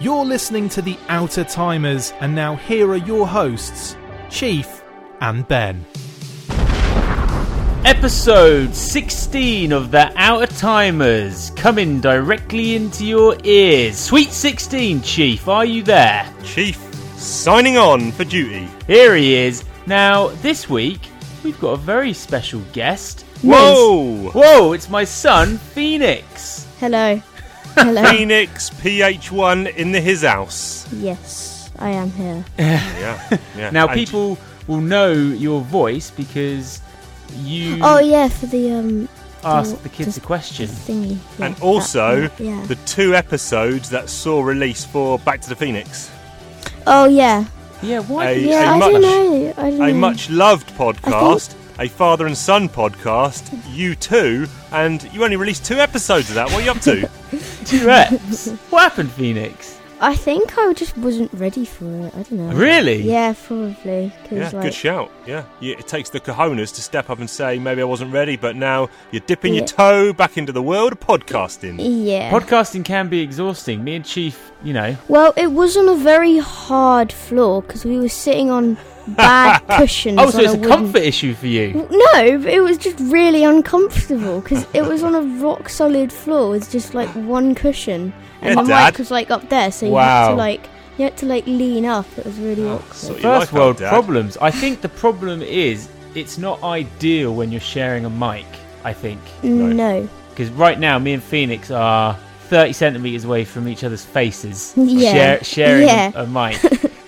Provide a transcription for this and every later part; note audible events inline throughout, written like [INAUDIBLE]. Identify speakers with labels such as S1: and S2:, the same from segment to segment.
S1: You're listening to The Outer Timers, and now here are your hosts, Chief and Ben.
S2: Episode 16 of the Outer Timers coming directly into your ears. Sweet 16, Chief, are you there?
S3: Chief, signing on for duty.
S2: Here he is. Now, this week, we've got a very special guest.
S3: Whoa!
S2: Whoa, it's my son, Phoenix.
S3: [LAUGHS]
S4: Hello. Hello.
S3: Phoenix PH1 in the his house.
S4: yes, I am here.
S3: Yeah. yeah.
S2: Now,
S3: And
S2: people will know your voice because you
S4: Oh yeah, for the um
S2: asked
S4: the-
S2: the kids a question.
S4: thingy. Yeah,
S3: And also
S4: that- yeah.
S3: the two episodes that saw release for Back to the Phoenix,
S4: oh yeah,
S2: Yeah, why?
S3: A-
S2: did you
S4: yeah.
S3: a
S4: I
S3: much-
S4: don't know. I don't know.
S3: a much loved podcast, a father and son podcast. You two, and you only released two episodes of that. What are you up to?
S2: Two reps. [LAUGHS] what happened, Phoenix?
S4: I think I just wasn't ready for it. I don't know.
S2: Really?
S4: Yeah, probably. Cause,
S3: yeah,
S4: like,
S3: good shout. Yeah. yeah, it takes the cojones to step up and say maybe I wasn't ready, but now you're dipping your
S4: Yeah.
S3: toe back into the world of podcasting.
S4: Yeah.
S2: Podcasting can be exhausting. Me and Chief, you know,
S4: well, it wasn't a very hard floor because we were sitting on
S3: [LAUGHS]
S4: bad cushions.
S2: Oh, so
S4: on
S2: it's a Mm.
S4: wooden-
S2: comfort issue for you.
S4: No, but it was just really uncomfortable because it was on a rock solid floor with just like one cushion, and
S3: Yeah,
S4: the
S3: Dad.
S4: mic was like up there, so you had
S3: Wow. Oh,
S4: to like you had to like lean up. It was really awkward.
S3: sort your
S2: First
S3: life out,
S2: world
S3: Dad.
S2: problems. I think the problem is it's not ideal when you're sharing a mic, I think.
S3: No.
S4: no.
S2: Because right now, me and Phoenix are 30 centimetres away from each other's faces.
S4: Yeah.
S2: Share, sharing
S4: Yeah.
S2: a
S4: [LAUGHS]
S2: mic.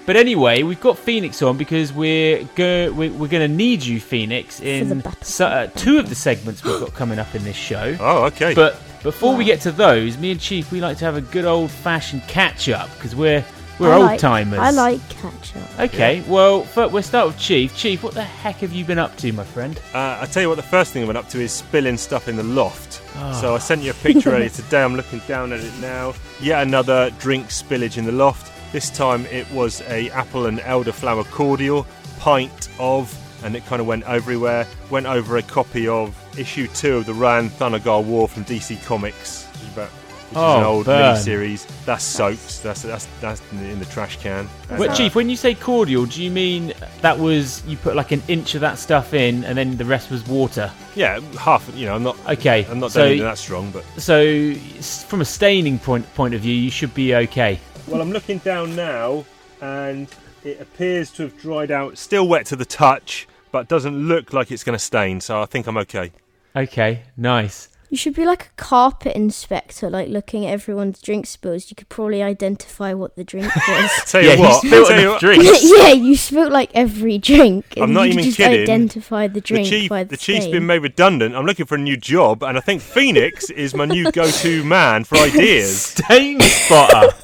S2: but anyway, we've got Phoenix on because we're go- we're, we're going to need you, Phoenix, in
S4: battle.
S2: so, uh, two of the segments we've got coming up in this
S3: [GASPS]
S2: show.
S3: Oh, okay.
S2: But before we get to those, me and Chief, we like to have a good old fashioned catch up because we're we're
S4: I
S2: old
S4: like-
S2: timers.
S4: I like catch up.
S2: Okay, well, fir- we'll start with Chief. Chief, what the heck have you been up to, my friend?
S3: Uh, I tell you what, the first thing I went up to is spilling stuff in the loft.
S2: Ah.
S3: So I sent you
S2: [LAUGHS]
S3: a picture earlier today. I'm looking down at it now. Yet another drink spillage in the loft. This time it was a apple and elderflower cordial pint of, and it kind of went everywhere. Went over a copy of issue two of the Rand Thanagar War from DC Comics, which is about. Which is an
S2: Oh,
S3: old
S2: burn.
S3: mini-series. That's soaked. That's that's that's in the, in the trash can. And,
S2: But
S3: uh,
S2: Chief, when you say cordial, do you mean that was you put like an inch of that stuff in and then the rest was water?
S3: yeah, half. You know, I'm not.
S2: Okay,
S3: I'm not
S2: so-
S3: doing it that strong, but
S2: So, s- from a staining point point of view, you should be okay.
S3: Well, I'm looking down now, and it appears to have dried out. Still wet to the touch, but doesn't look like it's going to stain. So I think I'm okay.
S2: Okay, nice.
S4: You should be like a carpet inspector, like looking at everyone's drink spills. You could probably identify what the drink
S3: [LAUGHS]
S4: was.
S3: Tell
S2: yeah,
S3: you what,
S2: you spilled
S3: tell you
S2: enough
S3: what,
S2: drink.
S4: [LAUGHS] yeah, you spilled like every drink. and
S3: I'm not
S4: you
S3: even
S4: just
S3: kidding.
S4: Identify the
S3: the
S4: drink
S3: chief,
S4: by
S3: the,
S4: the,
S3: chief's
S4: stain.
S3: been made redundant. I'm looking for a new job, and I think Phoenix is my new
S2: [LAUGHS]
S3: go-to man for ideas.
S2: Stain spotter.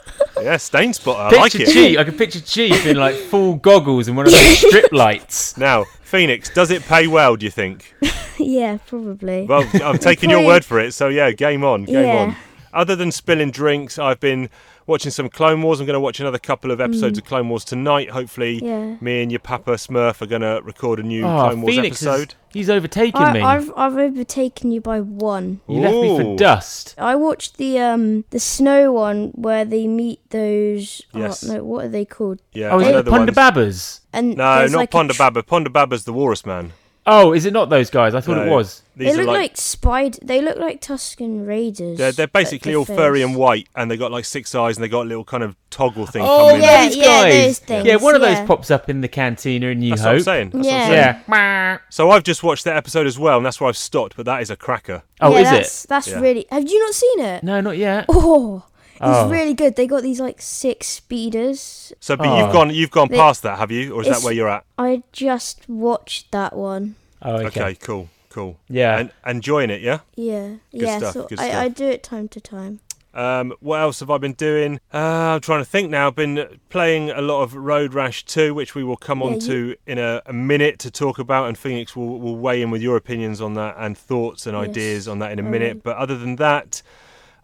S3: Yeah, stain spotter.
S2: Picture
S3: I like it.
S2: Chief. I can picture Chief in like full goggles and one of
S3: [LAUGHS]
S2: those strip lights.
S3: Now, Phoenix, does it pay well? Do you think?
S4: [LAUGHS] yeah, probably.
S3: Well,
S4: [LAUGHS]
S3: I'm taking your word for it. So yeah, game on, game
S4: Yeah.
S3: on. Other than spilling drinks, I've been watching some Clone Wars. I'm going to watch another couple of episodes of Clone Wars tonight. Hopefully,
S4: Mm. Yeah.
S3: me and your Papa Smurf are going to record a new
S2: Oh,
S3: Clone Wars
S2: Phoenix, has-
S3: episode.
S2: he's overtaken
S4: I,
S2: me.
S4: I've I've overtaken you by one.
S2: You left me
S3: Ooh.
S2: for dust.
S4: I watched the um the snow one where they meet those.
S3: Yes.
S4: Oh, no, what are they called?
S3: Yeah,
S2: Oh, is
S3: I know
S2: it the
S3: the ones-
S2: Punda Babbers?
S4: And
S3: No,
S4: there's
S3: not
S4: like a
S3: Ponda
S4: tr-
S3: Baba. Ponda Baba's the Walrus Man.
S2: Oh, is it not those guys? I thought it
S3: No,
S2: was.
S3: These
S4: They
S3: are
S4: look
S3: like.
S4: like, spider. They look like Tuscan Raiders.
S3: they're, they're
S4: at the
S3: basically all furry
S4: face.
S3: and white, and they got like six eyes, and they got a little kind of toggle thing
S2: Oh,
S3: coming
S4: yeah,
S3: in.
S2: those
S4: yeah,
S2: guys.
S4: those things,
S2: yeah, one of those
S4: yeah.
S2: pops up in the cantina in New
S3: That's what I'm
S2: Hope.
S3: saying. That's what I'm
S4: Yeah.
S3: saying.
S2: Yeah.
S3: So I've just watched that episode as well, and that's where I've stopped. But that is a cracker.
S2: Oh,
S4: yeah,
S2: is
S4: that's,
S2: it?
S4: That's
S3: Yeah.
S4: really. Have you not seen it?
S2: No, not yet.
S4: Oh, it's
S2: Oh.
S4: really good. They got these like six speeders.
S3: So, but
S2: Oh.
S3: you've gone, you've gone
S4: They-
S3: past that, have you, or is that
S4: It's-
S3: where you're at?
S4: I just watched that one.
S2: Oh, okay.
S3: Okay, cool, cool.
S2: Yeah.
S3: and enjoying it. Yeah.
S4: Yeah, yeah.
S3: stuff,
S4: so
S3: good
S4: I,
S3: stuff.
S4: I do it time to time.
S3: Um, what else have I been doing? Uh, I'm trying to think now. I've been playing a lot of Road Rash 2, which we will come on
S4: you-
S3: to in a, a minute to talk about, and Phoenix will, will weigh in with your opinions on that and thoughts and ideas on that in a minute. But other than that,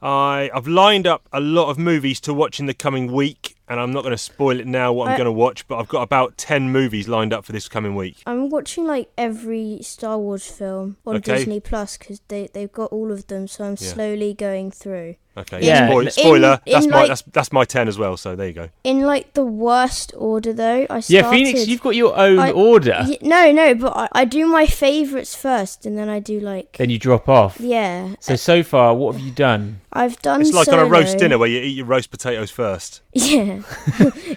S3: I, I've lined up a lot of movies to watch in the coming week, and I'm not going to spoil it now what I... am
S4: I-
S3: going to watch, but I've got about 10 movies lined up for this coming week.
S4: I'm watching like every Star Wars film on
S3: Okay.
S4: Disney Plus because they they've got all of them. So I'm
S3: Yeah.
S4: slowly going through.
S3: Okay.
S2: Yeah.
S3: Spoil-
S2: In-
S3: spoiler.
S4: in,
S3: that's my
S4: like-
S3: that's that's my ten as well. So there you go.
S4: In like the worst order though. I started.
S2: Yeah, Phoenix, you've got your own
S4: I-
S2: order.
S4: Y- no, no, but I, I do my favourites first, and then I do like
S2: Then you drop off.
S4: yeah.
S2: So so far, what have you done?
S4: I've done.
S3: It's like on a roast
S4: Solo.
S3: dinner where you eat your roast potatoes first.
S4: [LAUGHS] Yeah. [LAUGHS]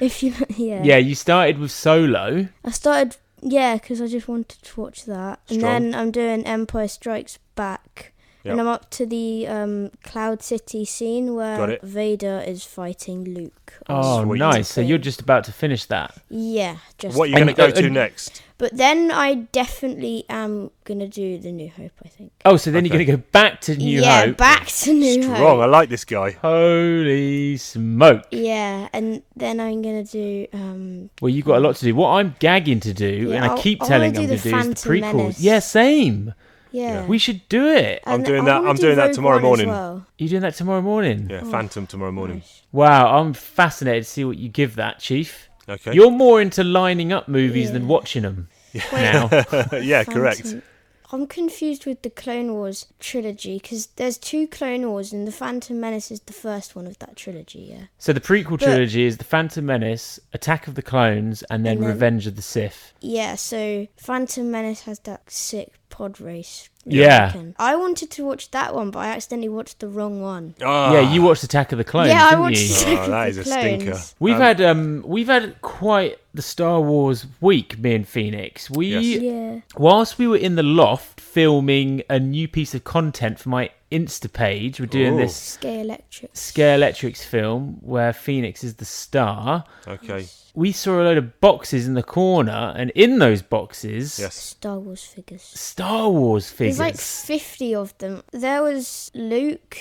S4: if you
S3: [LAUGHS]
S4: yeah.
S2: Yeah, you started with solo.
S4: I started yeah because I just wanted to watch that, and
S3: Strong.
S4: then I'm doing Empire Strikes Back,
S3: Yep.
S4: and I'm up to the um, Cloud City scene
S3: Got
S4: where
S3: it.
S4: Vader is fighting Luke.
S2: Oh,
S3: Sweet.
S2: nice. So you're just about to finish that.
S4: Yeah, just. Uh,
S3: What are you
S2: And-
S3: going to go to
S2: and-
S3: next?
S4: But then I definitely am gonna do the New Hope. I think.
S2: Oh, so then
S3: Okay.
S2: you're going to go back to New
S4: yeah,
S2: Hope.
S4: back to New
S3: Strong.
S4: Hope.
S3: I like this guy.
S2: Holy smoke.
S4: Yeah, and then I'm gonna do um
S2: Well, you've got a lot to do. What I'm gagging to do,
S4: Yeah,
S2: and I
S4: I-
S2: keep
S4: I wanna
S2: telling
S4: do
S2: them to
S4: the
S2: do, is the
S4: Phantom
S2: prequels.
S4: Menace.
S2: Yeah, same.
S4: yeah.
S2: We should do it.
S3: I'm
S4: And
S3: doing
S4: I
S3: that-
S4: wanna
S3: I'm
S4: do
S3: doing that
S4: Rogue
S3: tomorrow
S4: One as
S3: morning.
S4: well.
S2: You doing that tomorrow morning?
S4: Oh,
S3: Yeah, Phantom tomorrow morning.
S2: Wow, I'm fascinated to see what you give that, Chief.
S3: Okay.
S2: You're more into lining up movies
S4: Yeah.
S2: than watching them
S4: Wait,
S2: [LAUGHS]
S3: [LAUGHS]
S2: now.
S3: [LAUGHS] yeah, Uh, correct.
S4: Phantom- I'm confused with the Clone Wars trilogy because there's two Clone Wars and the Phantom Menace is the first one of that trilogy. Yeah,
S2: so the prequel
S4: But-
S2: trilogy is The Phantom Menace, Attack of the Clones, and then,
S4: And then-
S2: Revenge of the Sith.
S4: yeah. So Phantom Menace has that sick pod race.
S2: Yeah.
S4: weekend. I wanted to watch that one, but I accidentally watched the wrong one.
S3: Ah,
S2: Yeah, you watched Attack of the Clones,
S4: yeah, I
S2: didn't
S4: watched
S2: you?
S4: Attack
S3: Oh,
S4: of
S3: that
S4: the
S3: is
S4: [LAUGHS]
S3: a
S4: Clones.
S3: stinker.
S2: We've
S3: Um,
S2: had um we've had quite the Star Wars week, me and Phoenix. We
S3: Yes.
S4: Yeah,
S2: whilst we were in the loft filming a new piece of content for my Insta page, we're doing
S3: Ooh.
S2: this
S4: Scare Electric.
S2: Scare Electrics film where Phoenix is the star.
S3: Okay.
S2: We saw a load of boxes in the corner, and in those boxes,
S3: Yes.
S4: Star Wars figures.
S2: Star Wars figures.
S4: There's like 50 of them. There was Luke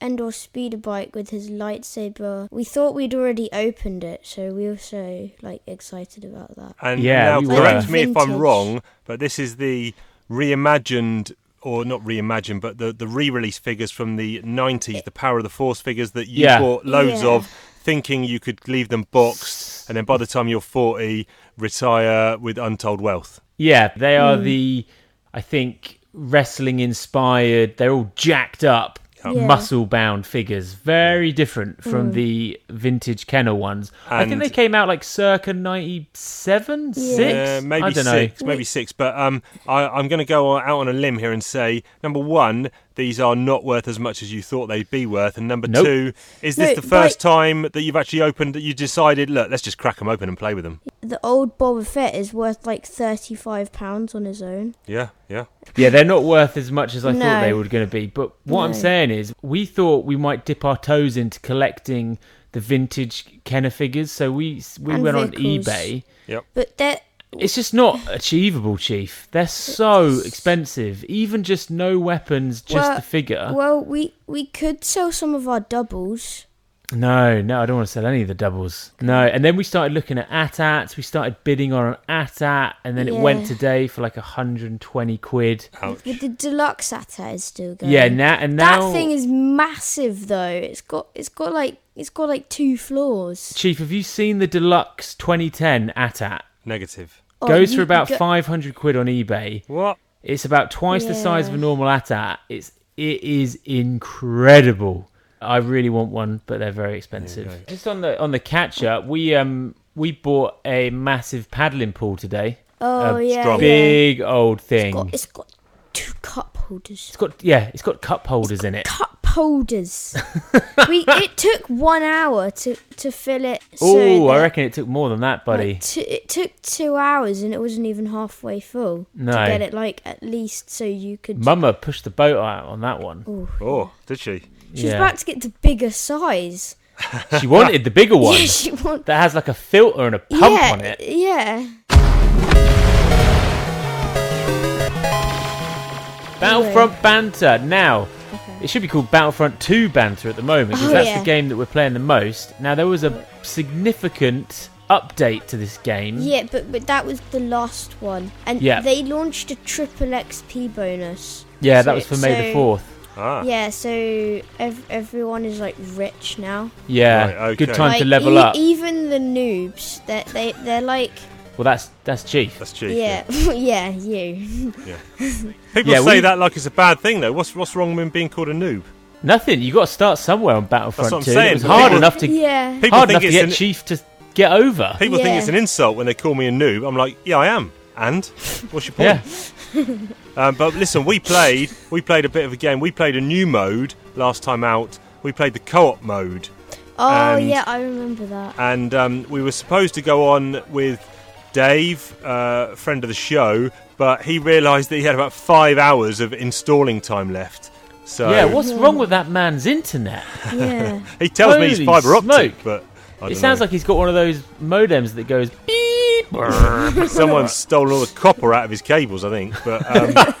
S4: Endor speeder bike with his lightsaber. We thought we'd already opened it, so we were so like excited about that.
S3: And
S2: Yeah,
S3: now,
S2: we were.
S3: correct me if I'm
S4: Vintage.
S3: wrong, but this is the reimagined, or not reimagined, but the, the re release figures from the 90s, the Power of the Force figures that you
S2: Yeah.
S3: bought loads
S4: Yeah.
S3: of, thinking you could leave them boxed, and then by the time you're 40, retire with untold wealth.
S2: Yeah, they are
S4: Hmm.
S2: the, I think, wrestling inspired. They're all jacked up,
S4: Yeah. Hmm.
S2: muscle bound figures. Very different from the vintage Kenner ones. I think
S3: And-
S2: they came out like circa 97,
S4: Yeah.
S2: 6?
S3: Uh, maybe
S2: I don't
S3: six,
S2: know.
S3: maybe six. But um, I, I'm going to go out on a limb here and say number one, these are not worth as much as you thought they'd be worth, and number
S2: Nope.
S3: two, is this
S4: No,
S3: the first time that you've actually opened that you decided, look, let's just crack them open and play with them?
S4: The old Boba Fett is worth like 35 pounds on his own.
S3: Yeah, yeah.
S2: Yeah, they're not worth as much as I thought
S4: No.
S2: they were going to be. But what I'm
S4: No.
S2: saying is, we thought we might dip our toes into collecting the vintage Kenner figures. So we we
S4: And
S2: went
S4: vehicles.
S2: on eBay.
S4: But that
S2: It's just not achievable, Chief. They're so expensive. Even just no weapons, just
S4: Well-
S2: the figure.
S4: well, we we could sell some of our doubles.
S2: no, no, I don't want to sell any of the doubles. No. And then we started looking at AT-ATs. We started bidding on an AT-AT, and then it went
S4: Yeah.
S2: today for like 120 quid.
S3: Ouch.
S4: But the deluxe Atta is still going.
S2: Yeah, now and now
S4: that thing is massive though. It's got it's got like it's got like two floors.
S2: Chief, have you seen the deluxe 2010 AT-AT?
S3: Negative.
S4: Oh,
S2: Goes
S4: you
S2: for about
S4: go-
S2: 500 quid on eBay.
S3: What?
S2: It's about twice the size of a
S4: Yeah.
S2: normal AT-AT. It's it is incredible. I really want one, but they're very expensive. Just on the on the catch up, we um we bought a massive paddling pool today.
S4: Oh
S2: a
S4: yeah,
S3: strong-
S4: yeah.
S2: Big old thing.
S4: got, it's got two cup holders.
S2: it's got yeah, it's got cup holders in it.
S4: Cup
S2: [LAUGHS]
S4: holders. we it took one hour to to fill it. so
S2: Oh, I
S4: that-
S2: reckon it took more than that,
S4: like,
S2: buddy.
S4: two- it took two hours and it wasn't even halfway full.
S2: No.
S4: to get it like at least so you could.
S2: Mama pushed the boat out on that one.
S3: Oh, did she?
S4: She's
S2: yeah.
S4: about to get the bigger size.
S2: She wanted the bigger one
S4: [LAUGHS] Yeah, she wants.
S2: that has like a filter and a pump
S4: yeah,
S2: on it.
S4: yeah. Oh,
S2: Battlefront banter. Now, it should be called Battlefront 2 banter at the moment because
S4: Oh,
S2: that's
S4: yeah.
S2: the game that we're playing the most. Now, there was a significant update to this game.
S4: Yeah, but but that was the last one, and
S2: Yeah.
S4: they launched a triple XP bonus.
S2: Yeah,
S4: So-
S2: that was for May the
S4: so-
S2: 4th.
S3: Ah.
S4: Yeah, so ev- everyone is like rich now.
S2: Yeah,
S3: Right, okay.
S2: good time
S4: like,
S2: to level
S4: e-
S2: up.
S4: Even the noobs, that they they're like,
S2: well, that's that's chief.
S3: That's cheap.
S4: yeah, [LAUGHS] yeah, you.
S3: People
S2: Yeah,
S3: say
S2: we-
S3: that like it's a bad thing, though. What's what's wrong with being called a noob?
S2: Nothing. You got to start somewhere on Battlefront
S3: what I'm
S2: 2.
S3: saying,
S2: It was
S3: but
S2: hard
S3: people-
S2: enough to
S4: [LAUGHS] yeah.
S3: People
S2: hard enough
S3: think
S2: to
S3: it's
S2: get
S3: an-
S2: Chief to get over.
S3: People think
S4: Yeah.
S3: it's an insult when they call me a noob. I'm like, yeah, I am. And what's your point?
S2: Yeah.
S3: Um, but listen, we played we played a bit of a game. We played a new mode last time out. We played the co-op mode,
S4: Oh
S3: and-
S4: yeah, I
S2: [LAUGHS]
S4: remember that.
S3: and um, we were supposed to go on with Dave, uh, friend of the show, but he realised that he had about five hours of installing time left. So
S2: Yeah, what's wrong with that man's internet?
S4: Yeah.
S3: he tells me he's
S2: Holy
S3: fiber optic,
S2: smoke.
S3: but I
S2: It
S3: don't
S2: sounds
S3: know.
S2: like he's got one of those modems that goes beep.
S3: [LAUGHS] Someone's stolen all the copper out of his cables, I think. But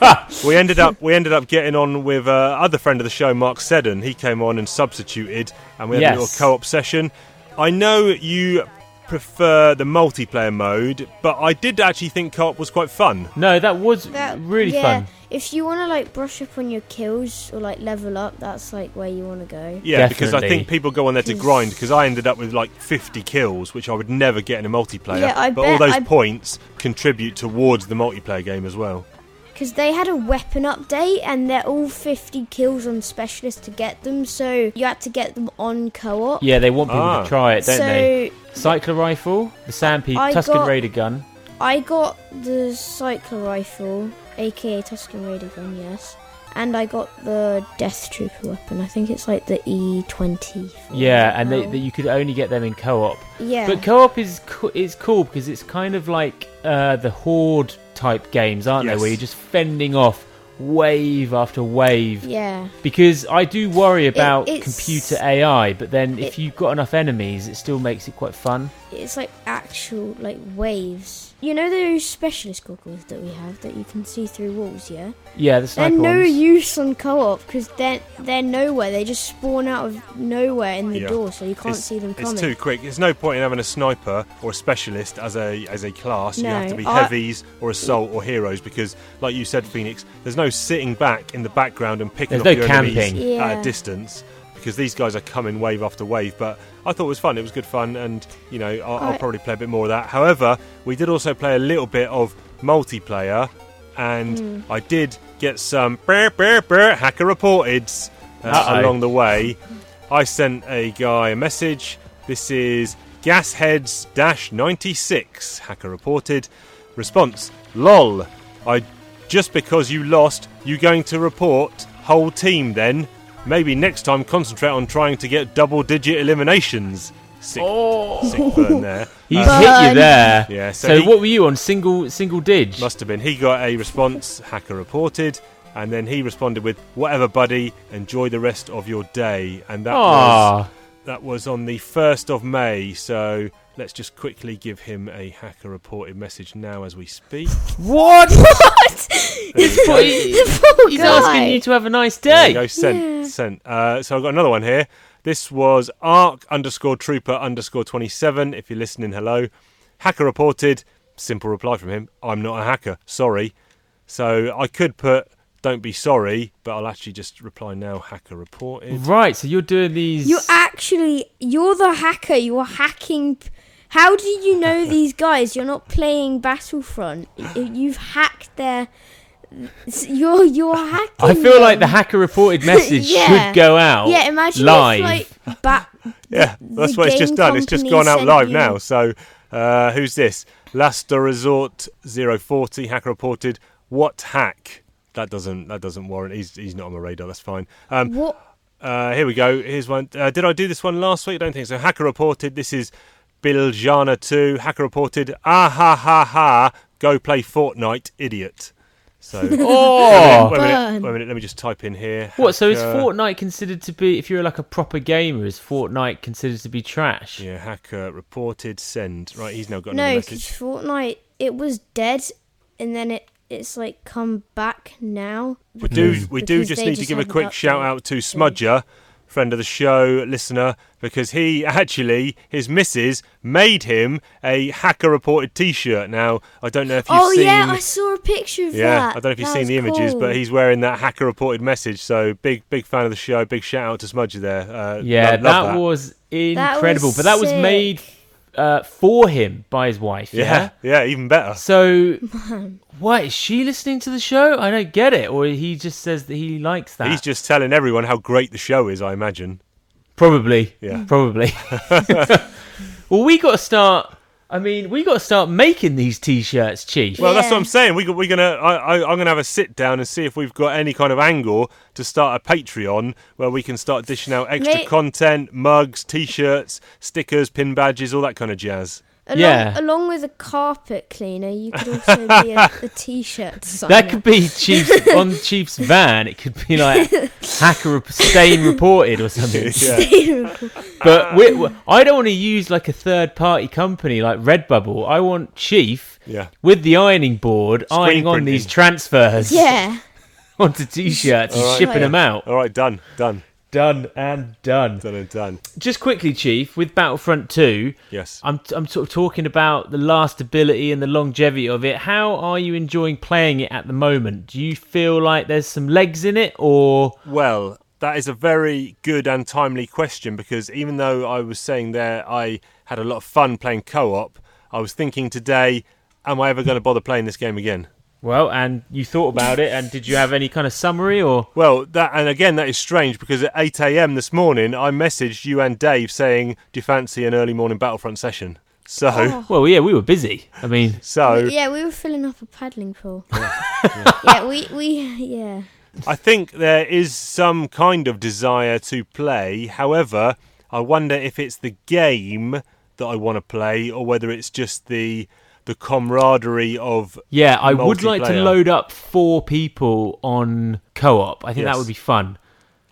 S2: [LAUGHS]
S3: um, we ended up we ended up getting on with uh, other friend of the show, Mark Seddon. He came on and substituted, and we had a
S2: Yes.
S3: little co-op session. I know you prefer the multiplayer mode, but I did actually think co-op was quite fun.
S2: No, that was
S4: That-
S2: really
S4: yeah,
S2: fun.
S4: If you want to like brush up on your kills or like level up, that's like where you want to go.
S3: Yeah, because I
S2: Definitely.
S3: think people go on there to grind. Because I ended up with like 50 kills, which I would never get in a multiplayer.
S4: Yeah, I
S3: but all
S4: bet-
S3: those
S4: I-
S3: points contribute towards the multiplayer game as well.
S4: Because they had a weapon update and they're all 50 kills on specialist to get them, so you had to get them on co-op.
S2: Yeah, they want people
S3: Ah.
S2: to try it, don't
S4: so
S2: they? Cycler rifle, the Sand Pe-
S4: I
S2: Tuscan
S4: got-
S2: Raider gun.
S4: I got the cycler rifle, aka Tuscan Raider gun, yes. And I got the Death Trooper weapon. I think it's like the E E20. for
S2: Yeah, and they,
S4: now.
S2: that you could only get them in co-op.
S4: yeah.
S2: But co-op is co- is cool because it's kind of like uh, the horde type games, aren't
S3: Yes.
S2: they? Where you're just fending off wave after wave.
S4: yeah.
S2: Because I do worry about
S4: it's-
S2: computer AI, but then if
S4: it-
S2: you've got enough enemies, it still makes it quite fun.
S4: It's like actual like waves. You know those specialist goggles that we have that you can see through walls, yeah?
S2: Yeah, the
S4: They're
S2: sniper
S4: no
S2: ones.
S4: use on co-op because they're they're nowhere. They just spawn out of nowhere in the
S3: Yeah.
S4: door, so you can't
S3: it's,
S4: see them coming.
S3: It's too quick. There's no point in having a sniper or a specialist as a as a class. You have
S4: No,
S3: to be
S4: I-
S3: heavies or assault or heroes because, like you said, Phoenix, there's no sitting back in the background and picking
S2: There's
S3: up
S2: no
S3: your
S2: camping.
S3: enemies at a
S4: Yeah.
S3: distance because these guys are coming wave after wave. But I thought it was fun. It was good fun, and you know I'll, I'll
S4: I-
S3: probably play a bit more of that. However, we did also play a little bit of multiplayer, and
S4: Hmm.
S3: I did get some brr, brr, brr, hacker reported uh,
S2: Uh-oh.
S3: along the way. I sent a guy a message. This is Gasheads 96, hacker reported. Response LOL. I just because you lost, you going to report whole team then? Maybe next time concentrate on trying to get double digit eliminations. Sick, sick burn there.
S2: Oh. [LAUGHS] He's
S3: Uh,
S2: hit you
S4: Burn.
S2: there.
S3: Oh. Yeah, so
S2: So,
S3: he-
S2: what were you on? Single single dig.
S3: must have been. He got a response, hacker reported, and then he responded with, Whatever, buddy, enjoy the rest of your day. And that was
S2: Ah,
S3: That was on the 1st of May, so let's just quickly give him a hacker reported message now as we speak.
S4: [LAUGHS]
S2: what?
S3: There
S2: What, he- he's asking you to have a nice
S3: you
S2: day.
S3: go, sent, sent. Uh, so I've got another one here. This was arc underscore trooper underscore 27. If you're listening, hello. Hacker reported. Simple reply from him. I'm not a hacker. Sorry. So I could put don't be sorry, but I'll actually just reply now. Hacker reported.
S2: Right, so you're doing these.
S4: You're actually you're the hacker. You're hacking. p- How do you
S3: [LAUGHS]
S4: know these guys? You're not playing Battlefront. You- You've hacked their. s- You're you're hacking.
S2: I feel like the
S4: them.
S2: hacker
S4: [LAUGHS]
S2: reported message
S4: Yeah.
S2: should go out.
S4: Yeah, imagine
S2: live.
S4: if like bat.
S3: Yeah, that's
S4: the
S3: what it's just
S4: game
S3: done. It's just
S4: company
S3: gone out
S4: sent
S3: live
S4: you-
S3: now. So, uh, who's this? Laster Resort 040 hacker reported. What hack? That doesn't that doesn't warrant. He's he's not on my radar. That's fine. Um, [LAUGHS]
S4: What?
S3: uh, here we go. Here's one. Uh, did I do this one last week? I don't think so. Hacker reported. This is Biljana 2. Hacker reported. Ah ha ha ha. Go play Fortnite, idiot.
S4: [LAUGHS]
S3: So
S2: [LAUGHS] Oh,
S3: wait a minute.
S4: Burn.
S3: Wait a minute. Let me just type in here.
S2: what? So is
S3: Hacker-
S2: Fortnite considered to be, if you're like a proper gamer, is Fortnite considered to be trash?
S3: Yeah, hacker reported. Send. Right, he's now got another
S4: No,
S3: message.
S4: because Fortnite it was dead, and then it it's like come back now.
S3: We
S2: Mm.
S3: do we do
S4: because
S3: just
S4: they
S3: need to
S4: just
S3: give a
S4: haven't
S3: quick
S4: updated
S3: shout out to Smudger, friend of the show, listener, because he actually his missus made him a hacker reported T-shirt. Now I don't know if you've
S4: oh
S3: seen.
S4: yeah, I saw a picture of
S3: yeah,
S4: that.
S3: I don't know if you've
S4: That
S3: seen
S4: was
S3: the images,
S4: cool.
S3: but he's wearing that hacker reported message. So big, big fan of the show. Big shout out to Smudger there. Uh,
S2: Yeah,
S3: lo- love
S2: that, was incredible. but that was
S4: sick.
S2: made uh, for him by his wife.
S3: Yeah, yeah, even better.
S4: [LAUGHS]
S2: So, what is she listening to the show? I don't get it. Or he just says that he likes that.
S3: He's just telling everyone how great the show is, I imagine.
S2: Probably.
S3: Yeah.
S2: Probably.
S3: [LAUGHS]
S2: [LAUGHS] well, we got to start. I mean, we got to start making these t-shirts, Chief.
S3: Well, that's what
S4: Yeah.
S3: I'm saying. We, we're gonna. I, I, I'm gonna have a sit down and see if we've got any kind of angle to start a Patreon where we can start dishing out extra
S4: Mate.
S3: content, mugs, t-shirts, stickers, pin badges, all that kind of jazz.
S4: Along,
S2: Yeah.
S4: along with a carpet cleaner, you could also
S2: [LAUGHS]
S4: be a, a t-shirt designer.
S2: that could be
S3: [LAUGHS]
S2: Chief's on Chief's van. It could be like hacker rep- stain reported or something.
S3: [LAUGHS] Yeah.
S2: But we, we- I don't want to use like a third party company like Redbubble. I want Chief
S3: Yeah.
S2: with the ironing board
S3: Screen
S2: ironing on
S3: printing.
S2: these transfers
S4: [LAUGHS] yeah.
S2: [LAUGHS] onto t-shirts and
S3: Alright.
S2: shipping
S4: Right.
S2: them out.
S3: All right, done, done,
S2: Done and done.
S3: done, and done.
S2: Just quickly, Chief, with Battlefront Two.
S3: Yes.
S2: I'm, I'm sort of talking about the lastability and the longevity of it. How are you enjoying playing it at the moment? Do you feel like there's some legs in it, or
S3: Well, that is a very good and timely question because even though I was saying there I had a lot of fun playing co-op, I was thinking today, am I ever going to bother playing this game again?
S2: well, and you thought about it, and did you have any kind of summary or?
S3: Well, that and again that is strange because at 8 a.m. this morning I messaged you and Dave saying, "Do you fancy an early morning Battlefront session?" So,
S4: Oh.
S2: Well, yeah, we were busy. I mean,
S3: so
S4: Yeah, we were filling up a paddling pool. [LAUGHS] Yeah, we, we yeah.
S3: I think there is some kind of desire to play. However, I wonder if it's the game that I want to play or whether it's just the the camaraderie of
S2: yeah, I would like to
S3: Multiplayer.
S2: load up four people on co-op. I think
S3: Yes.
S2: that would be fun.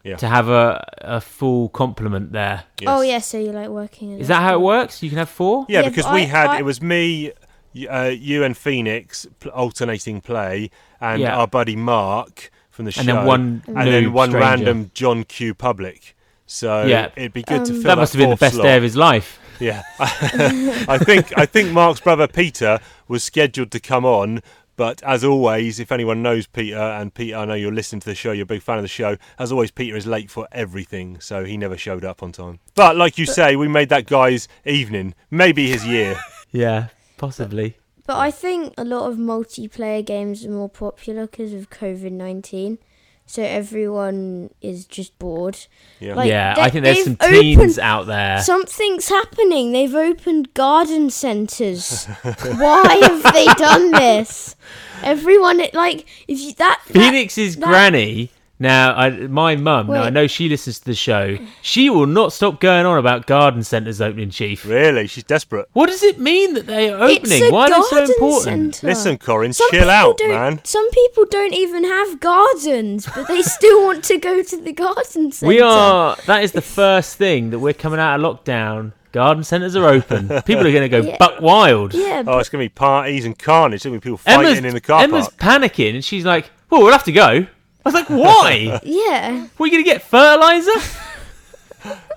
S3: Yeah.
S2: To have a, a full complement there.
S4: Oh yeah, so you like working.
S2: Is that how it works? You can have four?
S3: Yeah,
S4: Yeah,
S3: because
S4: but
S3: we
S4: I-
S3: had
S4: I-
S3: it was me, y- uh, you and Phoenix pl- alternating play, and
S2: Yeah.
S3: our buddy Mark from the
S2: And
S3: show,
S2: then one
S4: Mm.
S3: and then
S2: noob
S3: one
S2: stranger.
S3: random John Q public. So
S2: Yeah.
S3: it'd be good to fill
S4: Um,
S2: That must have been the
S3: fourth
S2: best
S3: slot.
S2: day of his life.
S3: [LAUGHS]
S2: [LAUGHS]
S3: Yeah, I think I think Mark's brother Peter was scheduled to come on. But as always, if anyone knows Peter, and Peter, I know you're listening to the show, you're a big fan of the show. As always, Peter is late for everything, so he never showed up on time. But like you say, we made that guy's evening, maybe his
S4: [LAUGHS]
S3: year.
S2: Yeah, possibly.
S4: But I think a lot of multiplayer games are more popular because of COVID nineteen. So everyone is just bored.
S3: Yeah.
S4: Like,
S2: yeah,
S4: they-
S2: I think there's
S4: they've
S2: some
S4: opened-
S2: teens out [LAUGHS] there.
S4: Something's happening. They've opened garden centres. Why have they
S2: [LAUGHS]
S4: done this? Everyone, it, like, if you that, that-
S2: Phoenix's
S4: that-
S2: granny. Now, I, my mum. Now, I
S4: Wait.
S2: know she listens to the show. She will not stop going on about garden centres opening, Chief.
S3: Really? She's desperate.
S2: What does it mean that they are
S4: it's
S2: opening?
S4: a
S2: Why are they so
S4: garden
S2: important?
S4: centre.
S3: Listen, Corin,
S4: Oh. Some
S3: chill
S4: people
S3: out,
S4: don't-
S3: man.
S4: Some people don't even have gardens, but they still want to go to the garden centre.
S2: [LAUGHS] We are. That is the first thing that we're coming out of lockdown. Garden centres are
S3: [LAUGHS]
S2: open. People are going to go
S4: Yeah.
S2: buck wild.
S4: Yeah,
S3: Oh, it's going to be parties and carnage. There's going to be people fighting
S2: Emma's,
S3: in the car
S2: Emma's
S3: park.
S2: panicking, and she's like, "Well, we'll have to go." I was like,
S3: [LAUGHS]
S2: "Why?
S4: yeah.
S2: We're going to get fertilizer."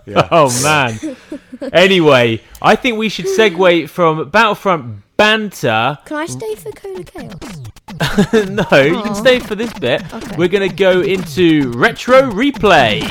S3: Yeah.
S2: [LAUGHS] Oh man. anyway, I think we should segue from Battlefront banter. [LAUGHS]
S4: Can I stay for Cola Chaos?
S2: no, you can stay for this bit. We're gonna go into retro replay.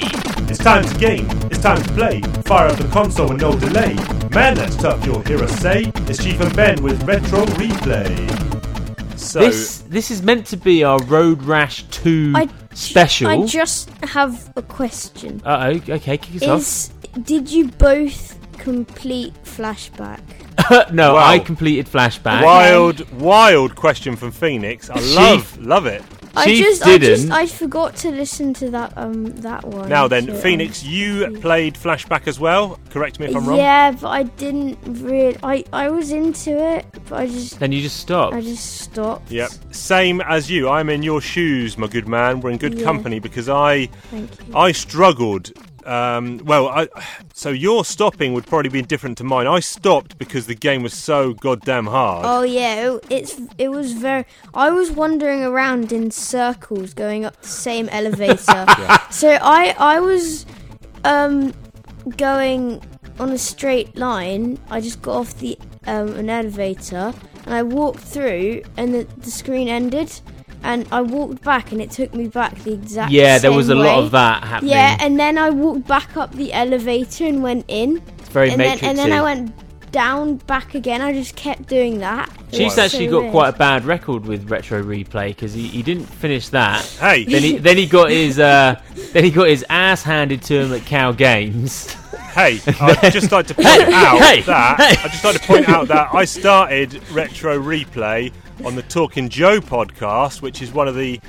S3: It's time to game. It's time to play. Fire up the console with no delay. Man, that's tough, you'll hear us say. It's Chief and Ben with Retro Replay. So,
S2: This this is meant to be our Road Rash 2
S4: I-
S2: special.
S4: I just have a question.
S2: uh oh, okay, kick us
S4: Is did you both complete flashback?
S2: off. [LAUGHS] no,
S3: Wow.
S2: I completed flashback.
S3: wild, wild question from Phoenix. I
S2: Chief.
S3: love, love it.
S4: I
S2: Chief
S4: just, I just,
S2: didn't.
S4: I forgot to listen to that, um, that one.
S3: Now then,
S4: so, um,
S3: Phoenix, you played Flashback as well. Correct me if I'm wrong.
S4: Yeah, but I didn't really. I, I was into it, but I just,
S2: Then you just stop.
S4: I just stopped.
S3: Yep. Same as you. I'm in your shoes, my good man. We're in good
S4: Yeah.
S3: company because I
S4: Thank you.
S3: I struggled. Um, well, I, so your stopping would probably be different to mine. I stopped because the game was so goddamn hard.
S4: Oh yeah, it, it's it was very. I was wandering around in circles, going up the
S2: [LAUGHS]
S4: same elevator. So I I was um going on a straight line. I just got off the um an elevator and I walked through, and the, the screen ended, and I walked back, and it took me back the exact.
S2: Yeah, there was a
S4: same
S2: lot
S4: way.
S2: of that happening.
S4: Yeah, and then I walked back up the elevator and went in,
S2: it's very
S4: and then,
S2: matrixy.
S4: and then I went down, back again. I just kept doing that. It
S2: Chief's
S4: was
S2: actually
S4: so
S2: got
S4: weird.
S2: quite a bad record with retro replay because he, he didn't finish that.
S3: Hey,
S2: Then he then he got his uh, then he got his ass handed to him at Cow Games.
S3: hey! I'd just like to point out
S2: hey,
S3: that
S2: hey.
S3: I'd just like to point out that I started retro replay on the Talking Joe podcast, which is one of the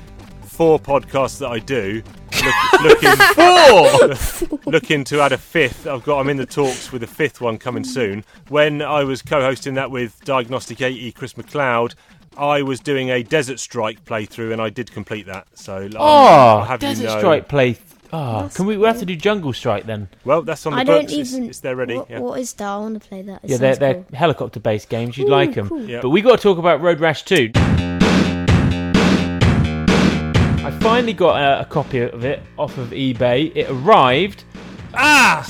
S3: four podcasts that I do. Look, looking
S2: [LAUGHS]
S3: looking to add a fifth. I've got. I'm in the talks with a fifth one coming soon. When I was co-hosting that with Diagnostic 80 Chris McLeod, I was doing a Desert Strike playthrough, and I did complete that. So um, I'll
S2: [LAUGHS] Oh,
S3: have you
S2: Desert
S3: know-
S2: Strike play. Oh,
S4: That's
S2: can we? We have to do Jungle Strike then.
S3: Well, that's on the
S4: I don't
S3: books. It's,
S4: even.
S3: it's there ready.
S4: What,
S3: yeah.
S4: what is that? I want to play that. It
S2: yeah, they're,
S4: sounds
S2: they're
S4: cool.
S2: helicopter based games. You'd like 'em. like them.
S4: cool.
S3: Yeah.
S2: But we got to talk about Road Rash 2. I finally got a, a copy of it off of eBay. It arrived.
S3: Ah!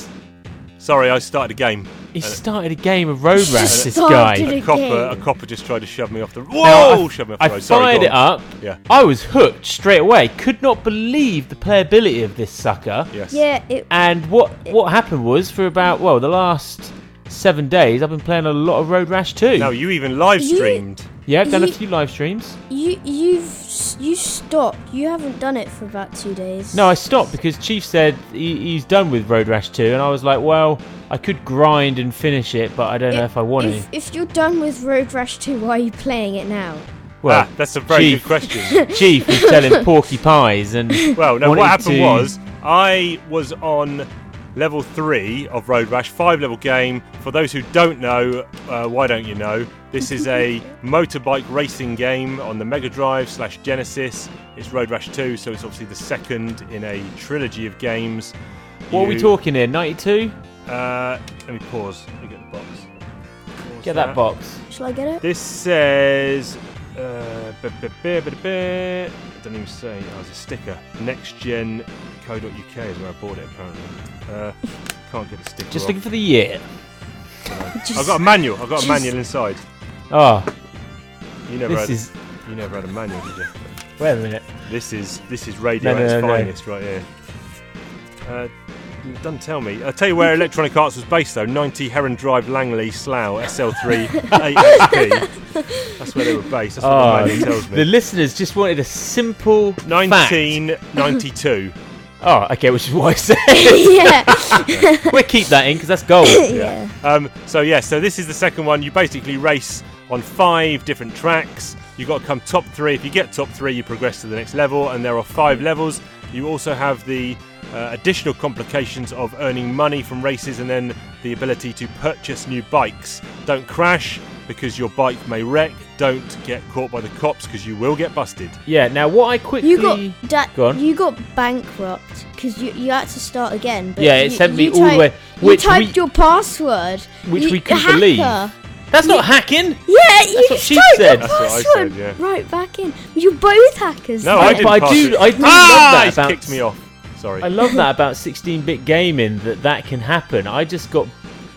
S3: Sorry, I started a game.
S2: He started a game of Road Rash. this
S4: Started
S2: guy.
S4: a
S3: A copper, a
S4: game.
S3: copper just tried to shove me off the.
S2: Now,
S3: Whoa!
S2: I-
S3: shove me off the
S2: I fired
S3: road. Sorry, go
S2: it
S3: on.
S2: up.
S3: Yeah.
S2: I was hooked straight away. Could not believe the playability of this sucker.
S3: Yes.
S4: Yeah, it,
S2: And what what happened was for about well the last seven days I've been playing a lot of Road Rash 2.
S3: Now you even live streamed.
S2: yeah, I've done a
S4: you-
S2: few live streams.
S4: you you've s- you stopped. You haven't done it for about two days.
S2: No, I stopped because Chief said he, he's done with Road Rash 2, and I was like, well, I could grind and finish it, but I don't know if I want
S4: if,
S2: to.
S4: if you're done with Road Rash 2, why are you playing it now?
S2: Well,
S3: ah, that's a very
S2: Chief. [LAUGHS]
S3: good question.
S2: Chief was selling porky pies, and
S3: well, no,
S2: wanted
S3: what happened
S2: to-
S3: was I was on level three of Road Rash, five level game. For those who don't know, uh, why don't you know? This is a motorbike racing game on the Mega Drive slash Genesis. It's Road Rash 2, so it's obviously the second in a trilogy of games.
S2: what are we
S3: You-
S2: talking here? 92?
S3: Uh, let me pause. Let me get the box. Pause
S2: Get that box.
S4: Shall I get it?
S3: This says. Uh, ba- ba- ba- ba- ba- I don't even say. Oh, it's a sticker. Nextgen.co.uk is where I bought it, apparently. Uh, can't get a sticker.
S2: Just
S3: off.
S2: looking for the year.
S3: I've got a manual. I've got a manual inside.
S2: Oh,
S3: You never,
S2: this
S3: had,
S2: is.
S3: you never had a manual, did you?
S2: Wait a minute.
S3: This is this is radio
S2: No,
S3: at
S2: no,
S3: its
S2: no, no.
S3: finest right here. Uh, it doesn't tell me. I'll tell you where Electronic Arts was based though. 90 Heron Drive, Langley, Slough,
S2: [LAUGHS]
S3: SL3, 8HP. That's where they were based. That's what
S2: Oh,
S3: the manual tells
S2: the
S3: me.
S2: listeners just wanted a simple. fact.
S3: 1992.
S2: Oh, okay, which is what I said.
S4: [LAUGHS] yeah,
S2: we'll keep that in because that's
S4: [COUGHS]
S2: gold.
S4: yeah.
S3: Um, so yeah, so this is the second one. You basically race on five different tracks. You've got to come top three. If you get top three, you progress to the next level, and there are five levels. You also have the uh, additional complications of earning money from races, and then the ability to purchase new bikes. Don't crash because your bike may wreck. Don't get caught by the cops because you will get busted.
S2: Yeah, now what I quickly. [LAUGHS]
S4: You got da-
S2: Go on.
S4: you got bankrupt because you you had to start again. But
S2: Yeah, it
S4: you-
S2: sent me
S4: you
S2: all the
S4: typed-
S2: way- which
S4: you typed
S2: we-
S4: your password,
S2: which
S4: you,
S2: we couldn't
S4: hacker.
S2: believe. That's not hacking!
S4: Yeah, you
S2: what
S4: just
S2: she
S4: typed
S2: said.
S4: your
S2: That's
S3: what I said,
S4: password
S3: yeah.
S4: right back in. You're both hackers.
S3: No,
S4: then.
S2: But-
S3: I didn't.
S2: but I
S3: pass
S2: do-
S3: it.
S2: I do
S3: ah,
S2: love that
S3: he's
S2: about-
S3: kicked me off. Sorry.
S2: I love that about 16-bit gaming that that can happen. I just got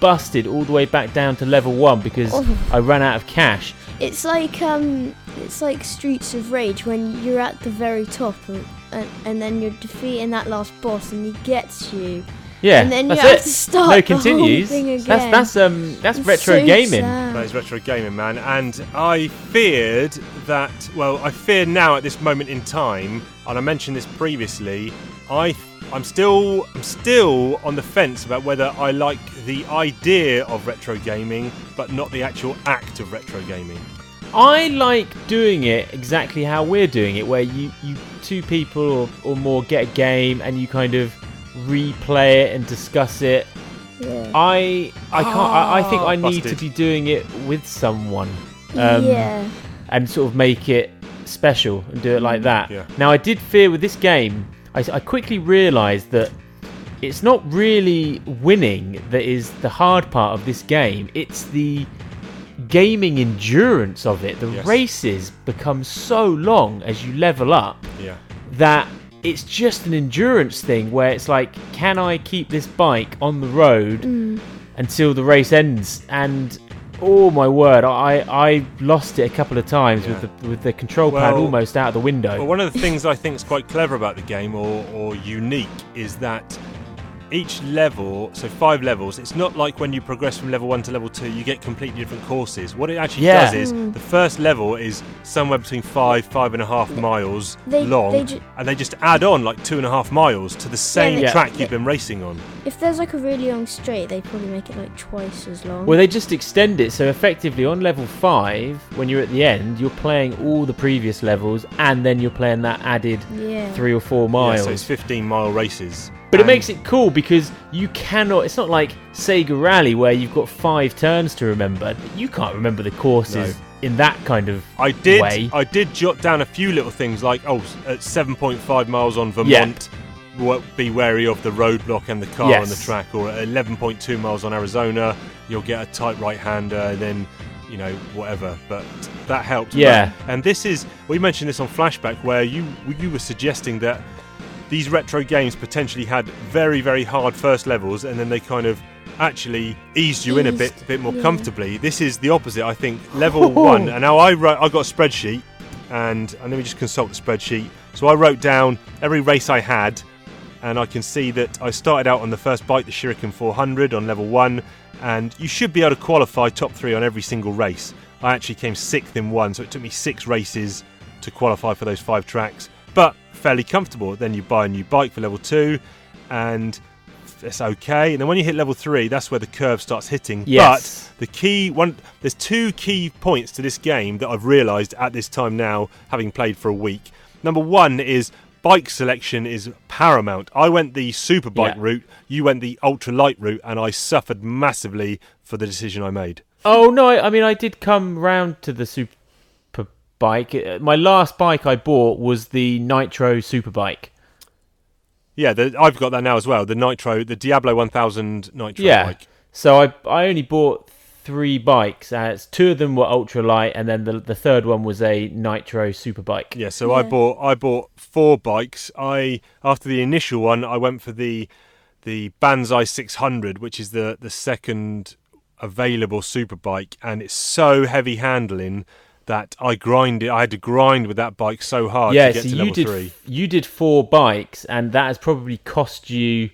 S2: busted all the way back down to level one because
S4: Oh.
S2: I ran out of cash.
S4: It's like um, it's like Streets of Rage when you're at the very top and, and, and then you're defeating that last boss and he gets you.
S2: Yeah,
S4: And then you
S2: that's
S4: have
S2: it.
S4: to start
S2: no
S4: the whole
S2: continues.
S4: thing
S2: That's
S4: again.
S2: that's um that's
S4: It's
S2: retro
S4: so
S2: gaming.
S4: sad.
S3: That is retro gaming, man. And I feared that, well, I fear now at this moment in time, and I mentioned this previously, I. I'm still, I'm still on the fence about whether I like the idea of retro gaming, but not the actual act of retro gaming.
S2: I like doing it exactly how we're doing it, where you you two people or, or more get a game and you kind of replay it and discuss it.
S4: Yeah.
S2: I I can't. I, I think I need
S3: Busted.
S2: to be doing it with someone.
S3: um,
S4: yeah.
S2: and sort of make it special and do it like that.
S3: Mm, Yeah.
S2: Now, I did fear with this game, I, I quickly realised that it's not really winning that is the hard part of this game, it's the gaming endurance of it. The
S3: Yes.
S2: races become so long as you level up
S3: Yeah,
S2: that it's just an endurance thing where it's like, can I keep this bike on the road until the race ends? And oh my word, I I lost it a couple of times
S3: Yeah.
S2: with the with the control pad
S3: Well-
S2: almost out of the window.
S3: Well, one of the things I think is quite clever about the game, or, or unique, is that each level, so five levels, it's not like when you progress from level one to level two, you get completely different courses. What it actually
S2: Yeah.
S3: does is
S4: Hmm.
S3: the first level is somewhere between five, five and a half miles
S4: They-
S3: long,
S4: they ju-
S3: and they just add on like two and a half miles to the same
S4: they-
S2: Yeah.
S3: track
S4: yeah.
S3: you've been racing on.
S4: If there's like a really long straight, they'd probably make it like twice as long.
S2: Well, they just extend it. So effectively, on level five, when you're at the end, you're playing all the previous levels, and then you're playing that added
S4: yeah.
S2: three or four
S3: Yeah,
S2: miles.
S3: so it's 15 mile races.
S2: but it
S3: And-
S2: makes it cool because you cannot. It's not like Sega Rally where you've got five turns to remember. You can't remember the courses in that kind of
S3: I did.
S2: way.
S3: I did jot down a few little things like oh, s- at 7.5 miles on Vermont, wa- be wary of the roadblock and the car on the
S2: Yes.
S3: track. Or at 11.2 miles on Arizona, you'll get a tight right-hander. And then you know whatever, but that helped.
S2: Yeah.
S3: But- and this is we mentioned this on flashback where you you were suggesting that these retro games potentially had very very hard first levels and then they kind of actually eased you in a bit
S4: Eased,
S3: bit more
S4: yeah.
S3: comfortably this is the opposite i think level one and now i wrote i got a spreadsheet and and let me just consult the spreadsheet so i wrote down every race i had and i can see that i started out on the first bike the shuriken 400 on level one and you should be able to qualify top three on every single race i actually came sixth in one so it took me six races to qualify for those five tracks, but fairly comfortable. Then you buy a new bike for level two, and it's okay. And then when you hit level three, that's where the curve starts hitting.
S2: Yes.
S3: But the key one, there's two key points to this game that I've realised at this time now, having played for a week. Number one is bike selection is paramount. I went the super bike
S2: Yeah.
S3: route, you went the ultra light route, and I suffered massively for the decision I made.
S2: Oh no! I, I mean, I did come round to the super bike. Uh, My last bike I bought was the Nitro Super Bike.
S3: Yeah, the, I've got that now as well. The Nitro, the Diablo 1000 Nitro
S2: yeah.
S3: bike.
S2: So I I only bought three bikes. Uh, it's- two of them were ultralight, and then the the third one was a Nitro Super Bike.
S3: Yeah, so I bought I bought four bikes. I after the initial one, I went for the the Banzai 600, which is the the second available super bike, and it's so heavy handling that I grinded. I had to grind with that bike so hard
S2: yeah.
S3: to get
S2: so
S3: to
S2: you
S3: level
S2: did
S3: three.
S2: you did four bikes, and that has probably cost you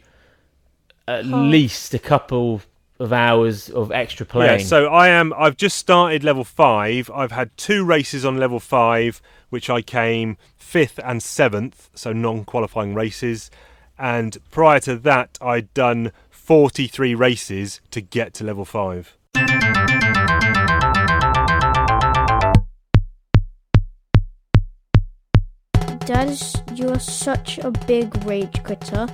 S2: at least a couple of hours of extra playing.
S3: Yeah, so I am. I've just started level five. I've had two races on level five, which I came fifth and seventh, so non-qualifying races. And prior to that, I'd done forty-three races to get to level five.
S4: Dad, is, you're such a big rage quitter.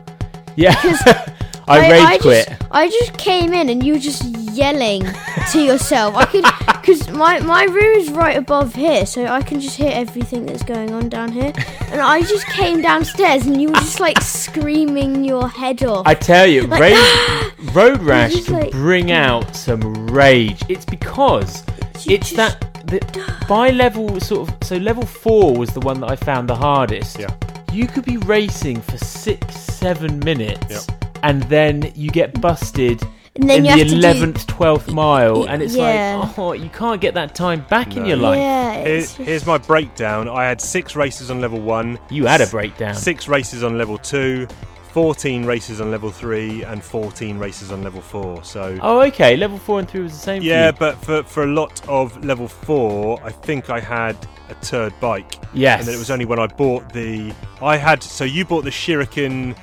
S2: Yeah. [LAUGHS] I, rage quit.
S4: Just, I just came in and you were just yelling to yourself.
S2: [LAUGHS]
S4: I could, because my, my room is right above here, so I can just hear everything that's going on down
S2: [LAUGHS]
S4: here. And I just came downstairs and you were just like screaming your head off.
S2: I tell you,
S4: Like, [LAUGHS]
S2: rage, road rash
S4: just
S2: can
S4: like-
S2: bring out some rage. It's because
S4: You
S2: it's
S4: just-
S2: that the, by level sort of. So level four was the one that I found the hardest.
S3: Yeah.
S2: You could be racing for six, seven minutes,
S3: Yep.
S2: and then you get busted.
S4: And then
S2: in
S4: you
S2: the
S4: have to do-
S2: eleventh, twelfth mile, and it's
S4: Yeah.
S2: like, oh, you can't get that time back in your life.
S4: yeah,
S3: Here-
S4: it's
S3: here's my breakdown. I had six races on level one.
S2: You had a breakdown.
S3: Six races on level two. 14 races on level 3 and 14 races on level 4 so
S2: Oh, okay. Level four and three was the same. for
S3: yeah
S2: you.
S3: but for, for a lot of level 4 i think i had a turd bike
S2: Yes.
S3: And then it was only when I bought the. I had. So you bought the Shuriken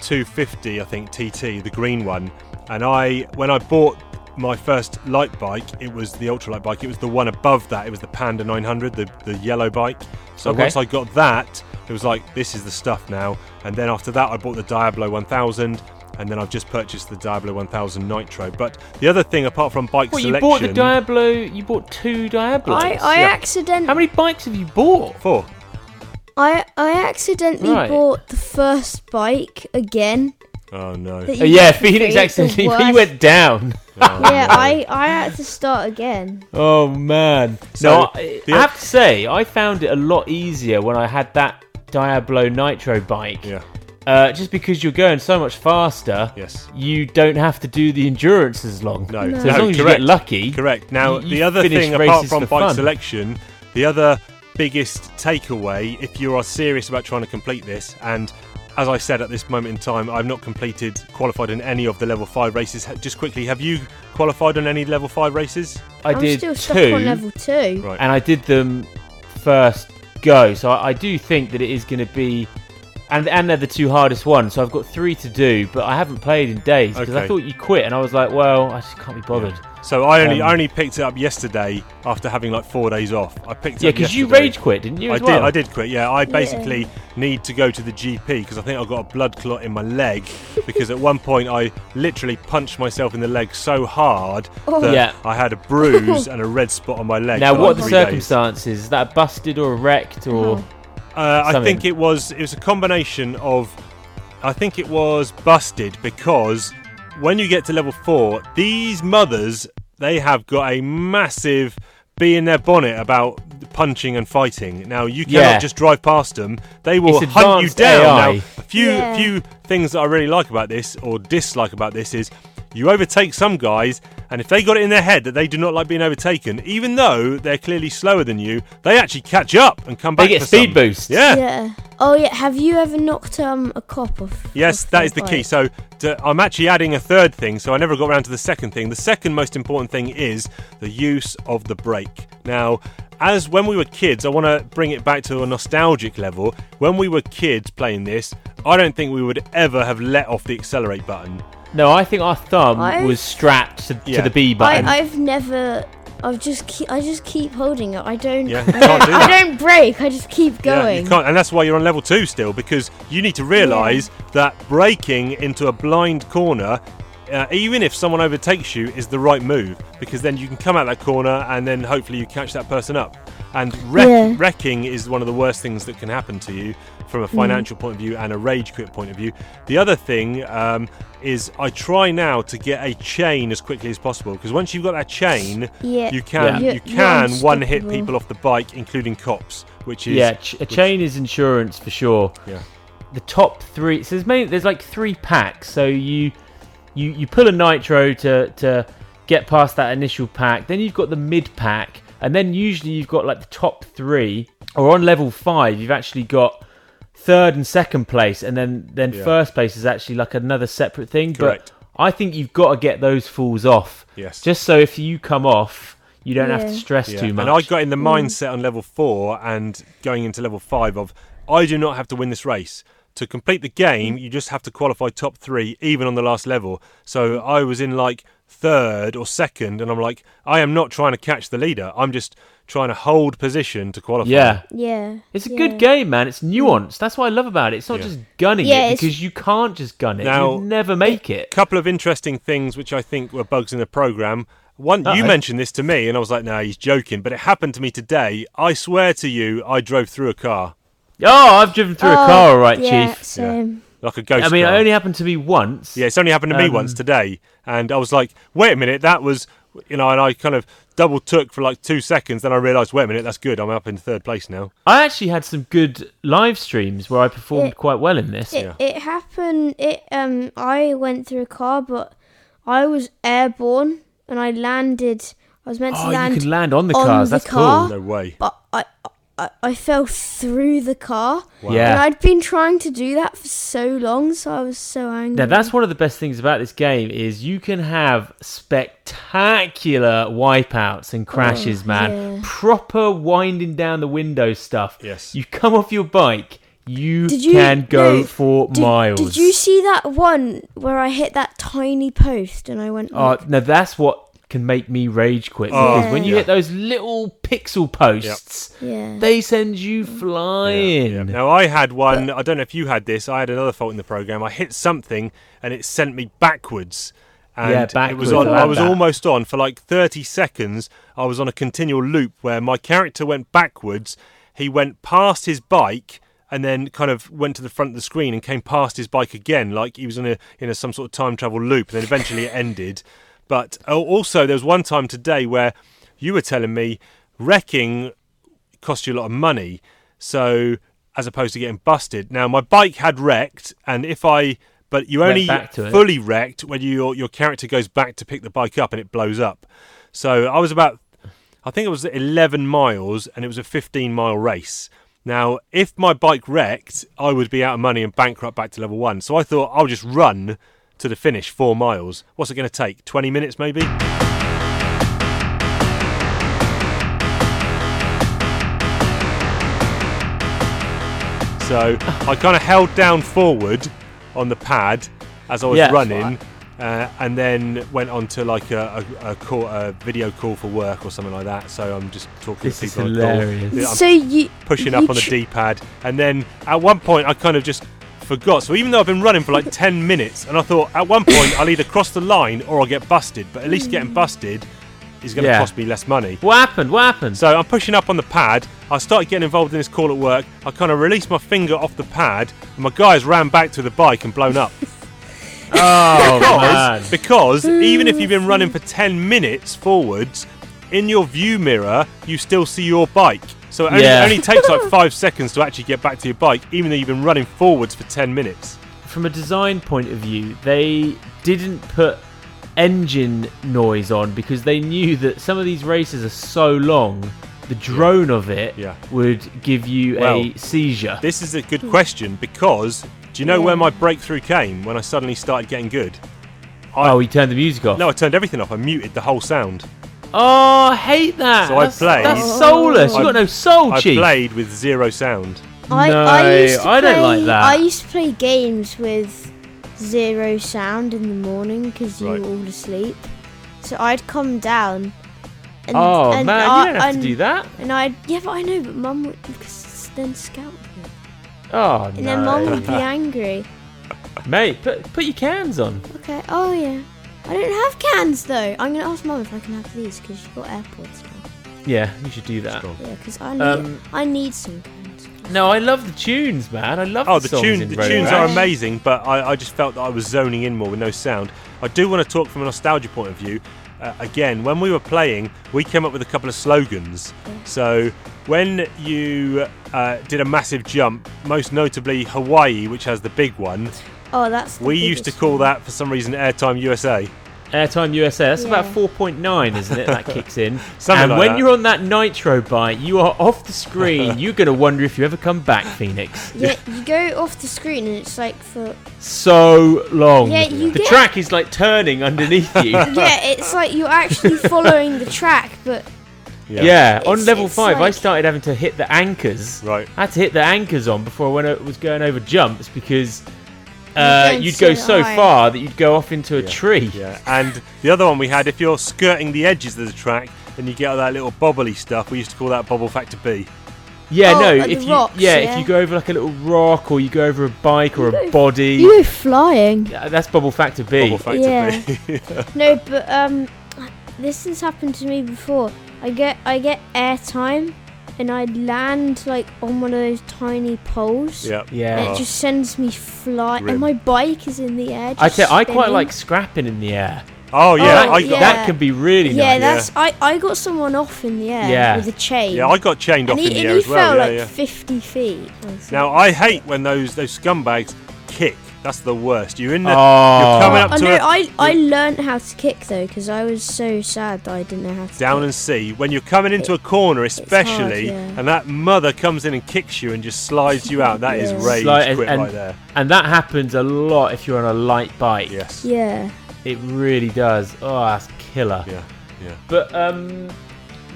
S3: 250, I think, TT, the green one. And I, when I bought my first light bike, it was the ultralight bike. It was the one above that. It was the Panda 900, the, the yellow bike. So
S2: Okay.
S3: once I got that, it was like, this is the stuff now. And then after that, I bought the Diablo 1000. And then I've just purchased the Diablo 1000 Nitro. But the other thing, apart from bike
S2: Well, you
S3: selection,
S2: bought the Diablo. You bought two Diablos.
S4: I, I
S3: yeah.
S4: accidentally.
S2: How many bikes have you bought?
S3: four.
S4: I I accidentally
S2: Right.
S4: bought the first bike again.
S3: Oh no!
S4: that
S2: Uh,
S4: you
S2: yeah,
S4: got for free,
S2: Phoenix
S4: the
S2: accidentally [LAUGHS] he
S4: worst.
S2: went down. [LAUGHS]
S4: Yeah, I I had to start again.
S2: Oh man!
S3: So,
S2: no, I,
S3: the-
S2: I have to say, I found it a lot easier when I had that Diablo Nitro bike.
S3: Yeah.
S2: Uh, just because you're going so much faster,
S3: Yes.
S2: you don't have to do the endurance as long.
S3: No. No.
S2: so as
S3: No,
S2: long as you
S3: correct.
S2: get lucky.
S3: Correct. Now,
S2: you-
S3: the
S2: you
S3: other
S2: finish
S3: thing, apart
S2: races
S3: from
S2: for
S3: bike
S2: fun.
S3: selection, the other biggest takeaway, if you are serious about trying to complete this, and As I said at this moment in time, I've not completed qualified in any of the level five races. Ha- Just quickly, have you qualified on any level five races?
S2: I
S4: am
S2: did
S4: still
S2: two,
S4: stuck on level two.
S3: Right.
S2: and I did them first go. So I, I do think that it is going to be, and and they're the two hardest ones. So I've got three to do, but I haven't played in days because
S3: Okay.
S2: I thought you quit, and I was like, well, I just can't be bothered.
S3: So I only
S2: Um,
S3: I only picked it up yesterday after having like four days off. I picked it
S2: Yeah,
S3: up
S2: because you
S3: yesterday.
S2: rage quit, didn't you?
S3: I
S2: as well?
S3: did. I did quit. Yeah, I basically need to go to the GP because I think I've got a blood clot in my leg. because at one point I literally punched myself in the leg so hard that
S2: Yeah.
S3: I had a
S2: [LAUGHS]
S3: bruise and a red spot on my leg.
S2: Now,
S3: for,
S2: what are
S3: like,
S2: the
S3: three days.
S2: circumstances? Is that busted or wrecked or?
S4: Oh.
S3: Uh, I
S2: Something.
S3: think it was it was a combination of. I think it was busted because when you get to level four, these mothers they have got a massive bee in their bonnet about punching and fighting. Now you cannot
S2: Yeah.
S3: just drive past them; they will
S2: It's
S3: hunt you
S2: advanced
S3: down.
S2: AI.
S3: Now, a few
S4: Yeah.
S3: few things that I really like about this or dislike about this is you overtake some guys and if they got it in their head that they do not like being overtaken, even though they're clearly slower than you, they actually catch up and come
S2: They
S3: back.
S2: get
S3: for
S2: speed
S3: some.
S2: boosts.
S3: [LAUGHS] Yeah.
S4: Yeah. Oh yeah. Have you ever knocked um a cop off?
S3: Yes,
S4: off
S3: that
S4: their
S3: is the
S4: bike?
S3: key. So d I'm actually adding a third thing, so I never got around to the second thing. The second most important thing is the use of the brake. Now, as when we were kids, I want to bring it back to a nostalgic level. When we were kids playing this, I don't think we would ever have let off the accelerate button.
S2: No, I think our thumb
S4: I-
S2: was strapped to,
S3: Yeah.
S2: to the B button.
S4: I, I've never. I've just keep. I just keep holding it. I don't.
S3: Yeah,
S4: I,
S3: you can't
S4: don't
S3: do
S4: [LAUGHS] I
S3: that.
S4: don't break. I just keep
S3: Yeah, you
S4: going.
S3: can't, and that's why you're on level two still, because you need to realise that breaking into a blind corner, uh, even if someone overtakes you, is the right move, because then you can come out that corner and then hopefully you catch that person up. And wreck,
S4: Yeah.
S3: wrecking is one of the worst things that can happen to you from a
S4: Mm.
S3: financial point of view and a rage quit point of view. The other thing um, is, I try now to get a chain as quickly as possible, because once you've got that chain,
S4: Yeah.
S3: you can
S2: Yeah.
S3: you
S4: You're- you're
S3: can one hit
S4: unstoppable.
S3: people off the bike, including cops, which is
S2: yeah, ch- a chain is insurance for sure.
S3: Yeah.
S2: The top three. So there's mainly there's like three packs. So you you you pull a nitro to to get past that initial pack. Then you've got the mid pack, and then usually you've got like the top three. Or on level five, you've actually got third and second place, and then then
S3: Yeah.
S2: first place is actually like another separate thing.
S3: Correct.
S2: But I think you've got to get those fools off.
S3: Yes.
S2: Just so if you come off, you don't have to
S4: Yeah.
S2: stress
S3: Yeah,
S2: too much.
S3: And I got in the mindset on level four and going into level five of I do not have to win this race. To complete the game, you just have to qualify top three, even on the last level. So I was in like third or second, and I'm like, I am not trying to catch the leader. I'm just trying to hold position to qualify.
S2: yeah.
S4: Yeah.
S2: It's a
S4: yeah. Mm.
S2: good game, man. It's nuanced. That's what I love about it. It's not
S3: Yeah.
S2: just gunning
S4: Yeah,
S2: it
S4: it's-
S2: because you can't just gun it.
S3: Now-
S2: You'd never make it.
S3: couple of interesting things which I think were bugs in the program. One, you
S2: Uh-oh.
S3: mentioned this to me, and I was like, "No, he's joking." But it happened to me today. I swear to you, I drove through a car
S2: Oh, I've driven through a car, all right,
S4: Oh, yeah,
S2: Chief.
S4: Same.
S3: like a ghost.
S2: I mean,
S3: car.
S2: it only happened to me once.
S3: Yeah, it's only happened to me
S2: Um,
S3: once today, and I was like, "Wait a minute, that was," you know, and I kind of double took for like two seconds. Then I realised, "Wait a minute, that's good. I'm up in third place now."
S2: I actually had some good live streams where I performed
S4: Yeah.
S2: quite well in this.
S4: It, it happened. It um. I went through a car, but I was airborne and I landed. I was meant to
S2: Oh,
S4: land,
S2: you can land on the
S4: on
S2: cars.
S4: the
S2: That's
S4: car.
S2: cool.
S3: No way.
S4: but I, I I fell through the car. And
S2: Yeah.
S4: I'd been trying to do that for so long, so I was so angry.
S2: Now that's one of the best things about this game is you can have spectacular wipeouts and crashes, man.
S4: Oh, yeah.
S2: Proper winding down the window stuff.
S3: Yes.
S2: You come off your bike, you,
S4: Did you-
S2: can go
S4: no,
S2: for
S4: did,
S2: miles.
S4: Did you see that one where I hit that tiny post and I went?
S2: Oh,
S4: like-
S2: now that's what can make me rage quit because
S4: Yeah.
S2: when you
S3: Oh, Yeah.
S2: hit those little pixel posts,
S4: yeah. Mm.
S2: they send you flying.
S3: Yeah. Now I had one. I don't know if you had this. I had another fault in the program. I hit something and it sent me backwards. And
S2: Yeah,
S3: It was
S2: backwards,
S3: on,
S2: I
S3: I
S2: had
S3: was
S2: that.
S3: almost on for like 30 seconds. I was on a continual loop where my character went backwards. He went past his bike and then kind of went to the front of the screen and came past his bike again, like he was in a in a, some sort of time travel loop. And then eventually it ended. But oh, also there was one time today where you were telling me wrecking cost you a lot of money. So as opposed to getting busted. Now my bike had wrecked, and if I but you
S2: Went
S3: only
S2: back to it.
S3: fully wrecked when your your character goes back to pick the bike up and it blows up. So I was about I think it was 11 miles and it was a 15 mile race. Now, if my bike wrecked, I would be out of money and bankrupt back to level one. So I thought I'll just run to the finish four miles. What's it going to take? 20 minutes maybe? So I kind of held down forward on the pad as I was
S2: Yeah, that's
S3: running, uh, and then went on to like a, a, a, call, a video call for work or something like that. So I'm just talking
S2: This
S3: to
S2: is
S3: people. on call.
S2: hilarious.
S3: Yeah, I'm
S4: so you
S3: pushing
S4: you
S3: up on the
S4: tr-
S3: D-pad, and then at one point I kind of just forgot. So even though I've been running for like ten minutes, and I thought at one point I'll either cross the line or I'll get busted. But at least getting busted is going to
S2: Yeah.
S3: cost me less money.
S2: What happened? What happened?
S3: So I'm pushing up on the pad. I started getting involved in this call at work. I kind of released my finger off the pad, and my guys ran back to the bike and blown up.
S2: [LAUGHS] oh man.
S3: Because, because even if you've been running for 10 minutes forwards, in your view mirror, you still see your bike. So it only,
S2: Yeah.
S3: only takes like five seconds to actually get back to your bike, even though you've been running forwards for 10 minutes.
S2: From a design point of view, they didn't put engine noise on because they knew that some of these races are so long, the drone of it
S3: Yeah.
S2: would give you
S3: Well,
S2: a seizure.
S3: This is a good question because do you know where
S4: Yeah.
S3: my breakthrough came when I suddenly started getting good?
S2: oh, he turned the music off.
S3: No, I turned everything off. I muted the whole sound.
S2: Oh, I hate that.
S3: So I
S2: that's,
S3: played-
S2: That's soulless. You
S3: I-
S2: got no soul,
S3: I
S2: chief.
S3: played with zero sound.
S4: I,
S2: No,
S4: I, used to
S2: I don't
S4: play,
S2: like that.
S4: I used to play games with zero sound in the morning because you
S3: Right.
S4: were all asleep. So I'd come down. And,
S2: Oh
S4: and
S2: man,
S4: I,
S2: you don't have
S4: and,
S2: to do that.
S4: And I'd yeah, but I know, but Mum would because then scout, me.
S2: Oh
S4: and
S2: no,
S4: then Mum
S3: [LAUGHS]
S4: would be angry.
S2: [LAUGHS] mate, put put your cans on.
S4: Okay, oh yeah, I don't have cans though. I'm gonna ask Mum if I can have these because she's got AirPods now.
S2: Yeah, you should do that.
S3: Strong.
S4: Yeah, because I need
S2: Um,
S4: I need some cans.
S2: No, I love the tunes, man. I love
S3: Oh,
S2: the,
S3: the,
S2: songs
S3: tune,
S2: in
S3: the
S2: Road
S3: tunes
S2: Rash.
S3: are amazing, but I, I just felt that I was zoning in more with no sound. I do want to talk from a nostalgia point of view. Uh, again, when we were playing, we came up with a couple of slogans. So when you uh, did a massive jump, most notably Hawaii, which has the big one,
S4: Oh, that's the
S3: we used to
S4: biggest
S3: call
S4: one.
S3: that for some reason Airtime USA.
S2: Airtime USA. That's about
S4: Yeah.
S2: 4.9, isn't it?
S4: [LAUGHS]
S2: That kicks in.
S3: Something
S2: and
S3: like
S2: when
S3: that.
S2: you're on that nitro bite, you are off the
S4: [LAUGHS]
S2: screen. You're gonna wonder if you ever come back, Phoenix.
S3: [LAUGHS]
S4: Yeah, you go off the screen and it's like for
S2: So long.
S4: Yeah, you
S2: the
S4: get-
S2: track is like turning underneath you. yeah.
S4: [LAUGHS] yeah, it's like you're actually following the track, but
S2: on
S4: It's-
S2: level
S4: it's
S2: five, I
S4: like-
S2: started having to hit the anchors.
S3: Right.
S2: I had to hit the anchors on before when I was going over jumps because
S4: You're
S2: uh,
S4: going
S2: you'd go
S4: so
S2: so
S4: high.
S2: far that you'd go off into a
S3: Yeah,
S2: tree.
S3: Yeah, and the other one we had, if you're skirting the edges of the track, then you get all that little bobbly stuff. We used to call that bobble factor B.
S2: Yeah,
S4: Oh,
S2: no.
S4: and
S2: If
S4: the
S2: you
S4: rocks,
S2: yeah,
S4: yeah.
S2: if you go over like a little rock or you go over a bike or a body,
S4: you were flying.
S2: Yeah, that's bubble factor B.
S3: Bobble factor [LAUGHS]
S4: Yeah.
S3: B.
S4: No, but um, this has happened to me before. I get I get airtime, and I land like on one of those tiny poles.
S3: yep.
S2: Yeah. Uh,
S4: And
S3: Oh.
S4: it just sends me flying,
S3: Grim.
S4: and my bike is in the air.
S2: I
S4: just
S2: tell, I quite
S4: spinning.
S2: like scrapping in the air.
S3: Oh yeah,
S2: that,
S3: I
S4: yeah.
S3: got
S2: that can be really
S4: Yeah,
S2: nice.
S4: that's I, I got someone off in the air
S2: Yeah.
S4: with a chain.
S3: Yeah, I got chained off
S4: and he,
S3: in the
S4: and
S3: air
S4: he
S3: as well.
S4: fell
S3: Yeah,
S4: like
S3: yeah.
S4: 50 feet. or something.
S3: Now I hate when those those scumbags kick. That's the worst. You're in the
S2: Oh.
S3: you're coming up
S4: oh
S3: to
S4: no,
S3: a
S4: I, I learned how to kick though because I was so sad that I didn't know how to
S3: down
S4: kick.
S3: and see when you're coming into a corner, especially,
S4: yeah.
S3: and that mother comes in and kicks you and just slides you out. That is
S4: Yeah.
S3: rage
S2: Slide-
S3: quit
S2: and-
S3: right there.
S2: And that happens a lot if you're on a light bike.
S3: Yes. Yeah.
S4: Yeah.
S2: It really does. Oh, that's killer.
S3: Yeah.
S2: But um,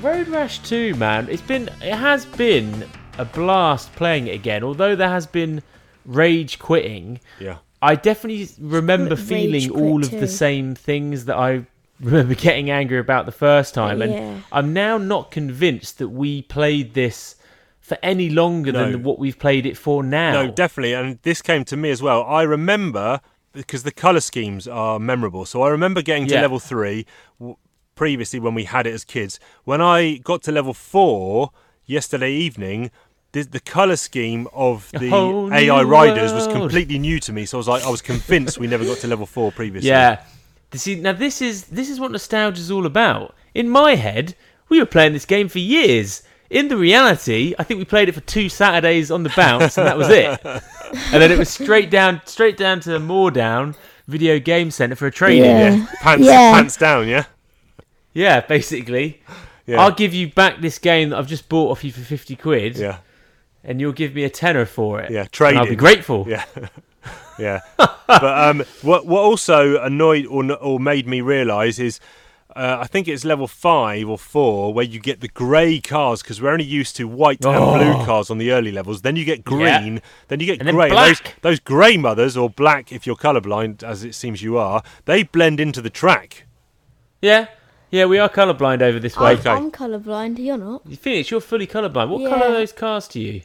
S2: Road Rash 2, man, it's been it has been a blast playing it again. Although there has been rage quitting,
S3: Yeah.
S2: I definitely remember
S4: Rage
S2: feeling
S4: quit
S2: all of
S4: too.
S2: the same things that I remember getting angry about the first time, and
S4: Yeah.
S2: I'm now not convinced that we played this for any longer
S3: No.
S2: than what we've played it for now.
S3: No, definitely. And this came to me as well. I remember because the color schemes are memorable. So I remember getting to
S2: Yeah.
S3: level three w- previously when we had it as kids. When I got to level four yesterday evening, the, the color scheme of the
S2: whole new
S3: AI riders was
S2: world.
S3: completely new to me. So I was like, I was convinced we never got to level
S2: [LAUGHS]
S3: four previously.
S2: Yeah. You See, now this is this is what nostalgia's all about. In my head, we were playing this game for years. In the reality, I think we played it for two Saturdays on the bounce, and that was
S4: [LAUGHS]
S2: it. and then it was straight down, straight down to Moordown Video Game Centre for a training.
S4: Yeah.
S3: Yeah. Pants,
S4: Yeah.
S3: pants down. Yeah.
S2: Yeah, basically.
S3: [GASPS] Yeah.
S2: I'll give you back this game that I've just bought off you for 50 quid.
S3: yeah.
S2: and you'll give me a tenner for it.
S3: Yeah,
S2: and I'll be
S3: trading.
S2: grateful.
S3: Yeah. [LAUGHS] yeah. but um, what what also annoyed or n- or made me realise is. Uh, I think it's level five or four where you get the grey cars because we're only used to white
S2: Oh.
S3: and blue cars on the early levels. Then you get
S2: Yeah.
S3: green, then you get
S2: And then
S3: grey. Those,
S2: black.
S3: those grey mothers or black, if you're colourblind, as it seems you are, they blend into the track.
S2: yeah, yeah. We are colourblind over this way.
S4: I'm,
S3: Okay.
S4: I'm colorblind. You're not.
S2: Phoenix, you're fully colourblind. What
S4: Oh. Yeah.
S2: colour are those cars to you?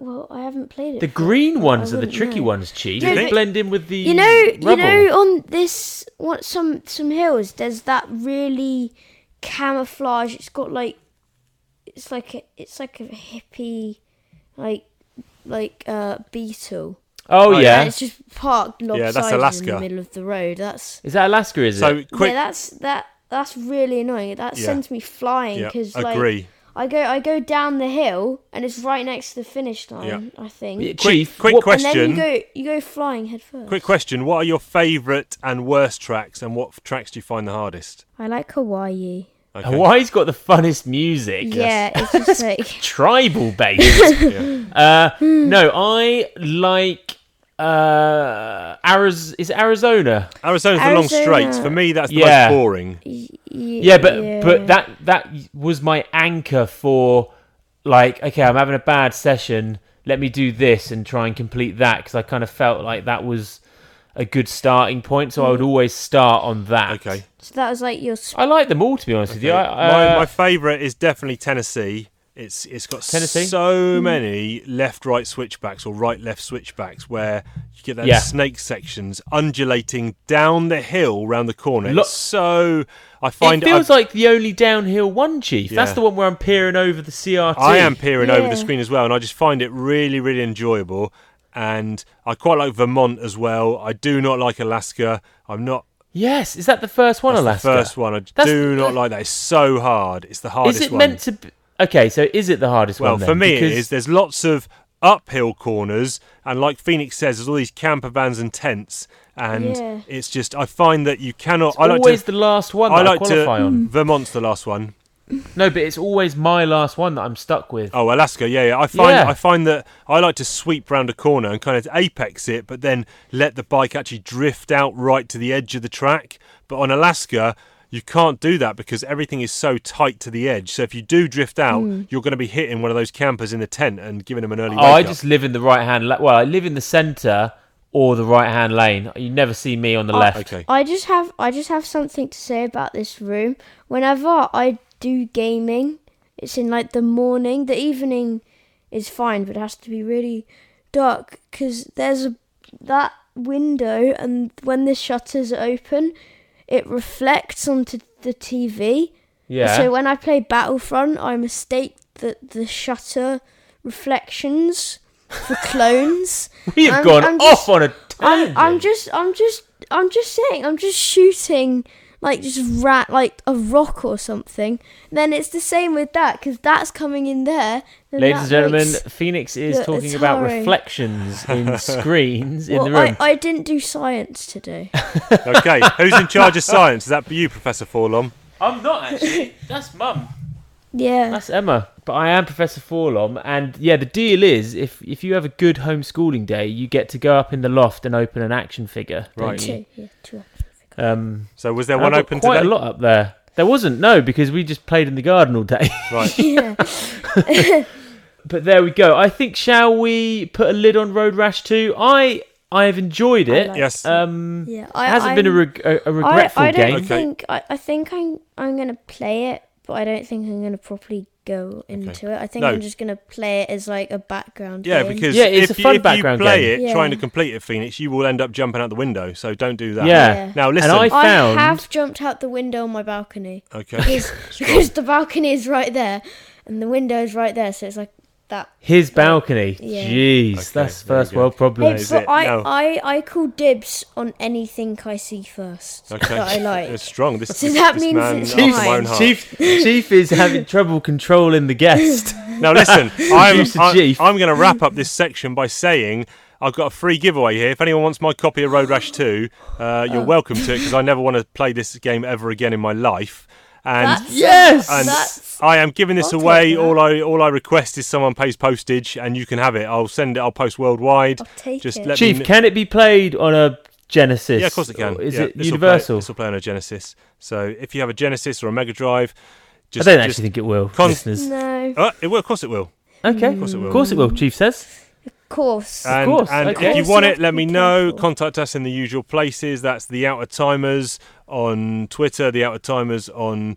S4: Well, I haven't played it.
S2: The
S4: for-
S2: green ones
S4: I
S2: are the
S4: wouldn't
S2: tricky
S4: know.
S2: ones, Chief.
S4: Do you
S2: They
S4: think-
S2: blend in with the
S4: You know, you
S2: rubble.
S4: know, on this what some some hills, there's that really camouflage. It's got like, it's like a, it's like a hippie, like like uh beetle.
S2: Oh,
S3: Oh,
S2: yeah.
S4: And it's just parked
S3: Yeah, that's
S4: lopsided in
S3: Alaska.
S4: the middle of the road. That's
S2: Is that Alaska? Is
S3: So
S2: it?
S3: quick,
S4: yeah, that's that that's really annoying. That
S3: Yeah.
S4: sends me flying
S3: Yeah,
S4: because
S3: agree.
S4: like I go I go down the hill and it's right next to the finish line. I think.
S2: Yeah,
S3: quick,
S2: Chief,
S3: quick
S2: what-
S4: And
S3: question.
S4: then you go you go flying headfirst.
S3: Quick question: What are your favourite and worst tracks, and what tracks do you find the hardest?
S4: I like Hawaii.
S2: Uh, [LAUGHS]
S3: Okay.
S2: Hawaii's got the funnest music.
S4: Yeah, it's just like [LAUGHS]
S2: tribal
S3: [LAUGHS]
S2: based. uh, no, I like uh, Ariz- is it Arizona.
S3: Arizona's the long
S4: Arizona-
S3: straight. For me, that's the
S2: Yeah.
S3: most boring.
S2: Yeah, but but that that was my anchor for like okay, I'm having a bad session. Let me do this and try and complete that because I kind of felt like that was a good starting point. So I would always start on that.
S3: Okay.
S4: so that was like your sp-
S2: I like them all to be honest with you. I,
S3: my
S2: uh,
S3: my favourite is definitely Tennessee. It's it's got
S2: Tennessee?
S3: so many left right switchbacks or right left switchbacks where you get those
S2: Yeah.
S3: snake sections undulating down the hill round the corner.
S2: Lo-
S3: It's so I
S2: it
S3: find
S2: feels
S3: I,
S2: like the only downhill one, Chief. That's
S3: Yeah.
S2: the one where I'm peering over the CRT.
S3: I am peering over the
S4: Yeah.
S3: screen as well, and I just find it really, really enjoyable. And I quite like Vermont as well. I do not like Alaska. I'm not
S2: Yes, is that the first one,
S3: that's
S2: Alaska?
S3: the first one. I
S2: That's-
S3: do not like that. It's so hard. It's the hardest
S2: Is it
S3: one.
S2: meant to? Be... Okay, so is it the hardest
S3: well,
S2: one? then?
S3: for me,
S2: Because-
S3: it is. There's lots of uphill corners, and like Phoenix says, there's all these camper vans and tents, and
S4: Yeah.
S3: it's just I find that you cannot.
S2: It's
S3: I like
S2: always
S3: to.
S2: the last one that
S3: I
S2: I,
S3: like to.
S2: qualify on.
S3: Vermont's the last one.
S2: No, but it's always my last one that I'm stuck with.
S3: Oh, Alaska, yeah, yeah. I find
S2: Yeah.
S3: I find that I like to sweep round a corner and kind of apex it, but then let the bike actually drift out right to the edge of the track. But on Alaska, you can't do that because everything is so tight to the edge. So if you do drift out, you're going to be hitting one of those campers in the tent and giving them an early.
S2: Oh, I
S3: wake up.
S2: just live in the right hand. La- well, I live in the centre or the right hand lane. You never see me on the left.
S3: Oh, okay.
S4: I just have I just have something to say about this room. Whenever I do gaming, it's in like the morning. The evening is fine, but it has to be really dark because there's a, that window, and when the shutters are open, it reflects onto the TV.
S2: Yeah.
S4: So when I play Battlefront, I mistake the the shutter reflections
S2: [LAUGHS]
S4: for clones.
S2: [LAUGHS] we have
S4: I'm-
S2: gone
S4: I'm
S2: off
S4: just-
S2: on a
S4: I'm,
S2: tangent.
S4: I'm just, I'm just, I'm just saying, I'm just shooting like just rat like a rock or something. Then it's the same with that because that's coming in there. then
S2: Ladies and
S4: that
S2: gentlemen,
S4: makes-
S2: Phoenix is
S4: Look,
S2: talking
S4: it's
S2: about
S4: horrid.
S2: reflections
S3: [LAUGHS]
S2: in screens in
S4: well,
S2: the room.
S4: I, I didn't do
S2: [LAUGHS]
S4: science today.
S3: okay, who's in charge of science? Is that you, Professor Forlom?
S2: I'm not actually. That's mum.
S4: Yeah,
S2: That's Emma. But I am Professor Forlom, and yeah, the deal is if if you have a good homeschooling day, you get to go up in the loft and open an action figure. don't
S3: Right.
S2: you?
S4: two, yeah, two.
S2: Um,
S3: So was there
S2: and
S3: one
S2: I got
S3: open
S2: quite
S3: today?
S2: a lot up there. There wasn't no because we just played in the garden all day. [LAUGHS]
S3: Right.
S4: Yeah,
S2: but there we go. I think shall we put a lid on Road Rash two? I I have enjoyed it.
S4: like
S2: [LAUGHS]
S3: Yes.
S2: um,
S4: yeah.
S2: it
S4: I,
S2: hasn't been a,
S4: I'm-
S2: reg- a, a regretful
S4: I, I don't
S2: game.
S3: Okay.
S4: think. I, I think I'm, I'm gonna play it, but I don't think I'm gonna properly go into it. I think
S3: No.
S4: I'm just gonna play it as like a background.
S3: Yeah,
S4: game.
S3: because
S2: Yeah, it's
S3: if,
S2: a fun
S3: you, if you
S2: background
S3: play
S2: game.
S3: it
S4: Yeah.
S3: trying to complete it, Phoenix, you will end up jumping out the window. So don't do that.
S2: Yeah.
S3: Now
S2: And
S3: listen.
S2: I
S4: I
S2: found-
S4: have jumped out the window on my balcony.
S3: [LAUGHS]
S4: [LAUGHS]
S3: Okay.
S4: because the balcony is right there and the window is right there, so it's like that.
S2: His balcony.
S4: Yeah.
S2: Jeez,
S3: Okay,
S2: that's
S3: there you
S2: first
S3: go.
S2: world
S4: Hey,
S2: problem.
S3: is it.
S4: but I,
S3: No.
S4: I, I call dibs on anything I see first
S3: Okay.
S4: that I like.
S3: It's strong. This,
S4: So
S3: this-
S4: that
S3: this
S4: means
S3: man
S4: it's
S3: after
S4: fine.
S3: Oh, my own heart.
S2: Chief, Chief is having trouble controlling the
S3: [LAUGHS]
S2: guest.
S3: Now
S4: [LAUGHS]
S3: listen, I'm,
S2: Producer
S3: I'm,
S2: Chief.
S3: I'm going to wrap up this section by saying I've got a free giveaway here. If anyone wants my copy
S4: Oh.
S3: of Road Rash 2, uh, you're welcome to it because I never want to play this game ever again in my life. And
S2: [LAUGHS] Yes!
S3: and
S4: That's
S3: I am giving this
S4: I'll
S3: away.
S4: take that.
S3: All I all I request is someone pays postage, and you can have it. I'll send it. I'll post worldwide.
S4: I'll take
S3: Just
S4: it.
S3: let me
S2: Chief,
S3: kn-
S2: can it be played on a Genesis?
S3: Yeah, of course it can.
S2: Or Is
S3: Yeah,
S2: it
S3: this will play-
S2: Universal?
S3: This will play on a Genesis. So if you have a Genesis or a Mega Drive,
S2: I
S3: just
S2: don't
S3: just-
S2: actually think it will,
S3: Con-
S2: listeners.
S4: no.
S3: Oh, it will. Of course, it will.
S2: Okay,
S3: Of course it will.
S2: Of course it will. Chief says.
S4: Of course.
S3: And,
S2: course,
S3: and
S2: okay.
S3: if you
S4: Of course
S3: want
S4: you
S3: it,
S4: have
S3: let
S4: to
S3: me
S4: be
S3: know.
S4: careful.
S3: Contact us in the usual places. That's the Outer Timers on Twitter, the Outer Timers on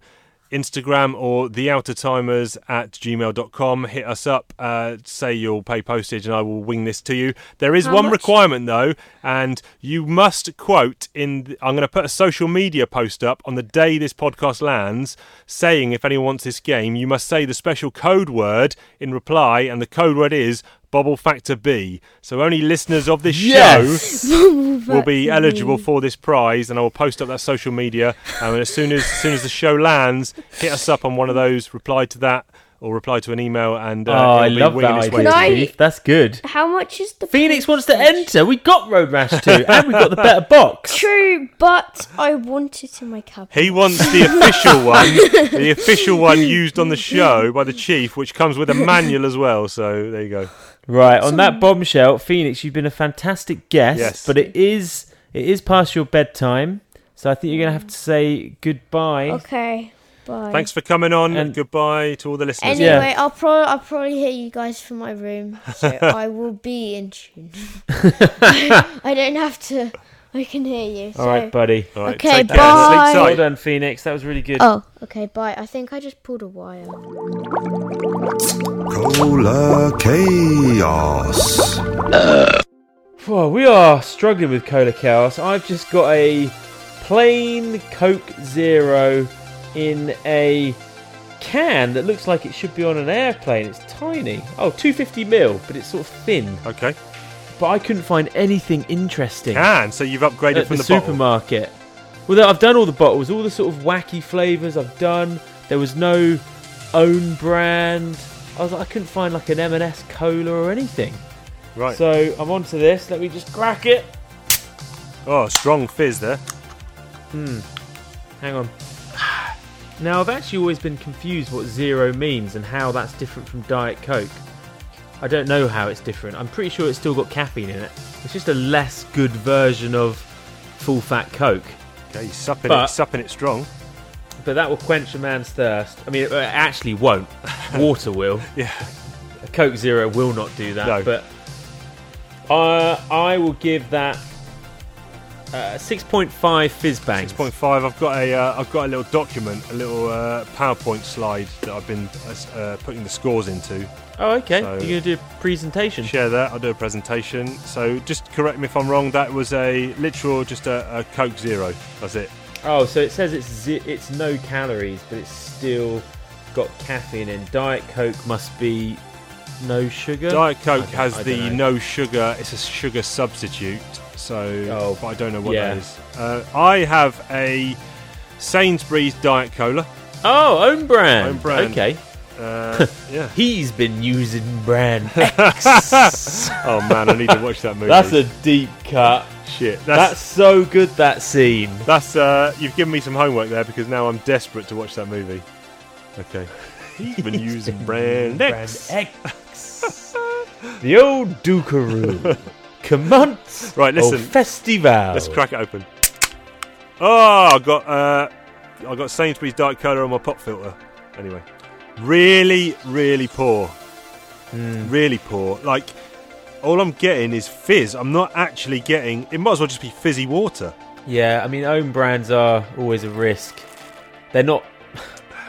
S3: Instagram, or the Outer Timers at gmail.com. Hit us up, uh, say you'll pay postage, and I will wing this to you. There is
S4: How
S3: one
S4: much?
S3: requirement, though, and you must quote in. th- I'm going to put a social media post up on the day this podcast lands saying if anyone wants this game, you must say the special code word in reply, and the code word is Bubble Factor B. So only listeners of this [LAUGHS] show will be eligible for this prize, and I will post up that social media. Um, and as soon as, as soon as the show lands, hit us up on one of those, reply to that, or reply to an email, and uh,
S2: oh, I
S3: it'll be
S2: love
S3: winging
S2: that
S3: its way
S2: idea,
S4: Can I-
S2: Chief. That's good.
S4: How much is the
S2: Phoenix wants to
S4: postage?
S2: enter. We got Road Rash 2, and we got the better box.
S4: True, but I want it in my cupboard.
S3: He wants the official one, the official one used on the show by the chief, which comes with a manual as well. So there you go.
S2: Right on that bombshell, Phoenix, you've been a fantastic guest,
S3: Yes.
S2: but it is it is past your bedtime, so I think you're gonna have to say goodbye.
S4: Okay. Bye.
S3: Thanks for coming on.
S2: And-
S3: Goodbye to all the listeners.
S4: Anyway,
S2: Yeah.
S4: I'll probably I'll probably hear you guys from my room,
S2: [LAUGHS]
S4: so I will be in
S5: [LAUGHS]
S4: tune. [LAUGHS] I don't have to. I can hear you. So.
S2: All right, buddy.
S3: All right,
S4: Okay,
S3: take care.
S4: bye.
S3: Sleep
S2: Well
S3: tight.
S2: done, Phoenix. That was really good.
S4: Oh, okay. Bye. I think I just pulled a wire.
S6: Cola Chaos.
S2: Whoa, we are struggling with Cola Chaos. I've just got a plain Coke Zero in a can that looks like it should be on an airplane. It's tiny. Oh, 250 mil, but it's sort of thin.
S3: Okay.
S2: But I couldn't find anything interesting.
S3: Can so you've upgraded
S2: at
S3: from
S2: the,
S3: the, bottle.
S2: supermarket. Well, I've done all the bottles, all the sort of wacky flavours I've done. There was no own brand. I was like, I couldn't find like an M&S cola or anything.
S3: Right.
S2: So I'm onto this. Let me just crack it.
S3: oh, strong fizz there.
S2: Hang on. [SIGHS] Now I've actually always been confused what zero means and how that's different from Diet Coke. I don't know how it's different. I'm pretty sure it's still got caffeine in it. It's just a less good version of full fat Coke.
S3: Okay, you're supping
S2: But-
S3: it, supping it strong.
S2: But that will quench a man's thirst. I mean, it uh, actually
S3: [LAUGHS]
S2: won't. Water will.
S3: Yeah.
S2: A Coke Zero will not do that.
S3: No.
S2: But uh, I will give that uh, 6.5 fizz bangs.
S3: Six point five. I've got a, uh, I've got a little document, a little uh, PowerPoint slide that I've been uh, uh, putting the scores into.
S2: Oh, okay.
S3: So-
S2: You're going to do a presentation.
S3: Share that. I'll do a presentation. So just correct me if I'm wrong. That was a literal, just a, a Coke Zero. That's it.
S2: Oh, so it says it's zi- it's no calories, but it's still got caffeine in. Diet Coke must be no sugar.
S3: Diet
S2: I
S3: Coke
S2: don't-
S3: has
S2: I don't
S3: the
S2: know.
S3: no sugar. It's a sugar substitute, so
S2: Oh,
S3: but I don't know what
S2: yeah.
S3: that is. Uh, I have a Sainsbury's Diet Cola.
S2: Oh, own brand.
S3: Own brand.
S2: Okay. [LAUGHS]
S3: Uh, yeah.
S2: He's been using
S3: [LAUGHS]
S2: brand X.
S3: Oh man, I need to watch that movie.
S2: That's a deep cut.
S3: shit.
S2: That's,
S3: That's
S2: so good that scene.
S3: that's, uh, you've given me some homework there because now I'm desperate to watch that movie. Okay. [LAUGHS] He's been using brand X.
S2: Brand X. the old
S3: [LAUGHS]
S2: Dukaroo. Command
S3: Right, listen.
S2: festival.
S3: Let's crack it open. Oh, I got uh, I got Sainsbury's Diet Cola on my pop filter. Anyway, really, really poor, really poor. Like all I'm getting is fizz. I'm not actually getting. It might as well just be fizzy water.
S2: Yeah, I mean, own brands are always a risk. They're not. [LAUGHS]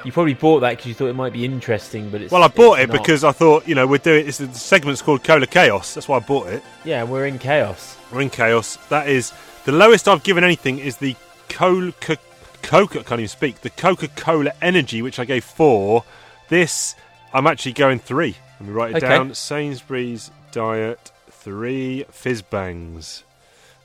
S2: You probably bought that because you thought it might be interesting, but it's.
S3: Well, I bought
S2: it's
S3: it
S2: not.
S3: because I thought you know we're doing. It's the segment's called Cola Chaos. That's why I bought it.
S2: Yeah, we're in chaos.
S3: We're in chaos. That is the lowest I've given anything is the Cola Coca. I Can't even speak. The Coca Cola Energy, which I gave four. This I'm actually going three. Let me write it
S2: Okay.
S3: down. Sainsbury's Diet three fizz bangs.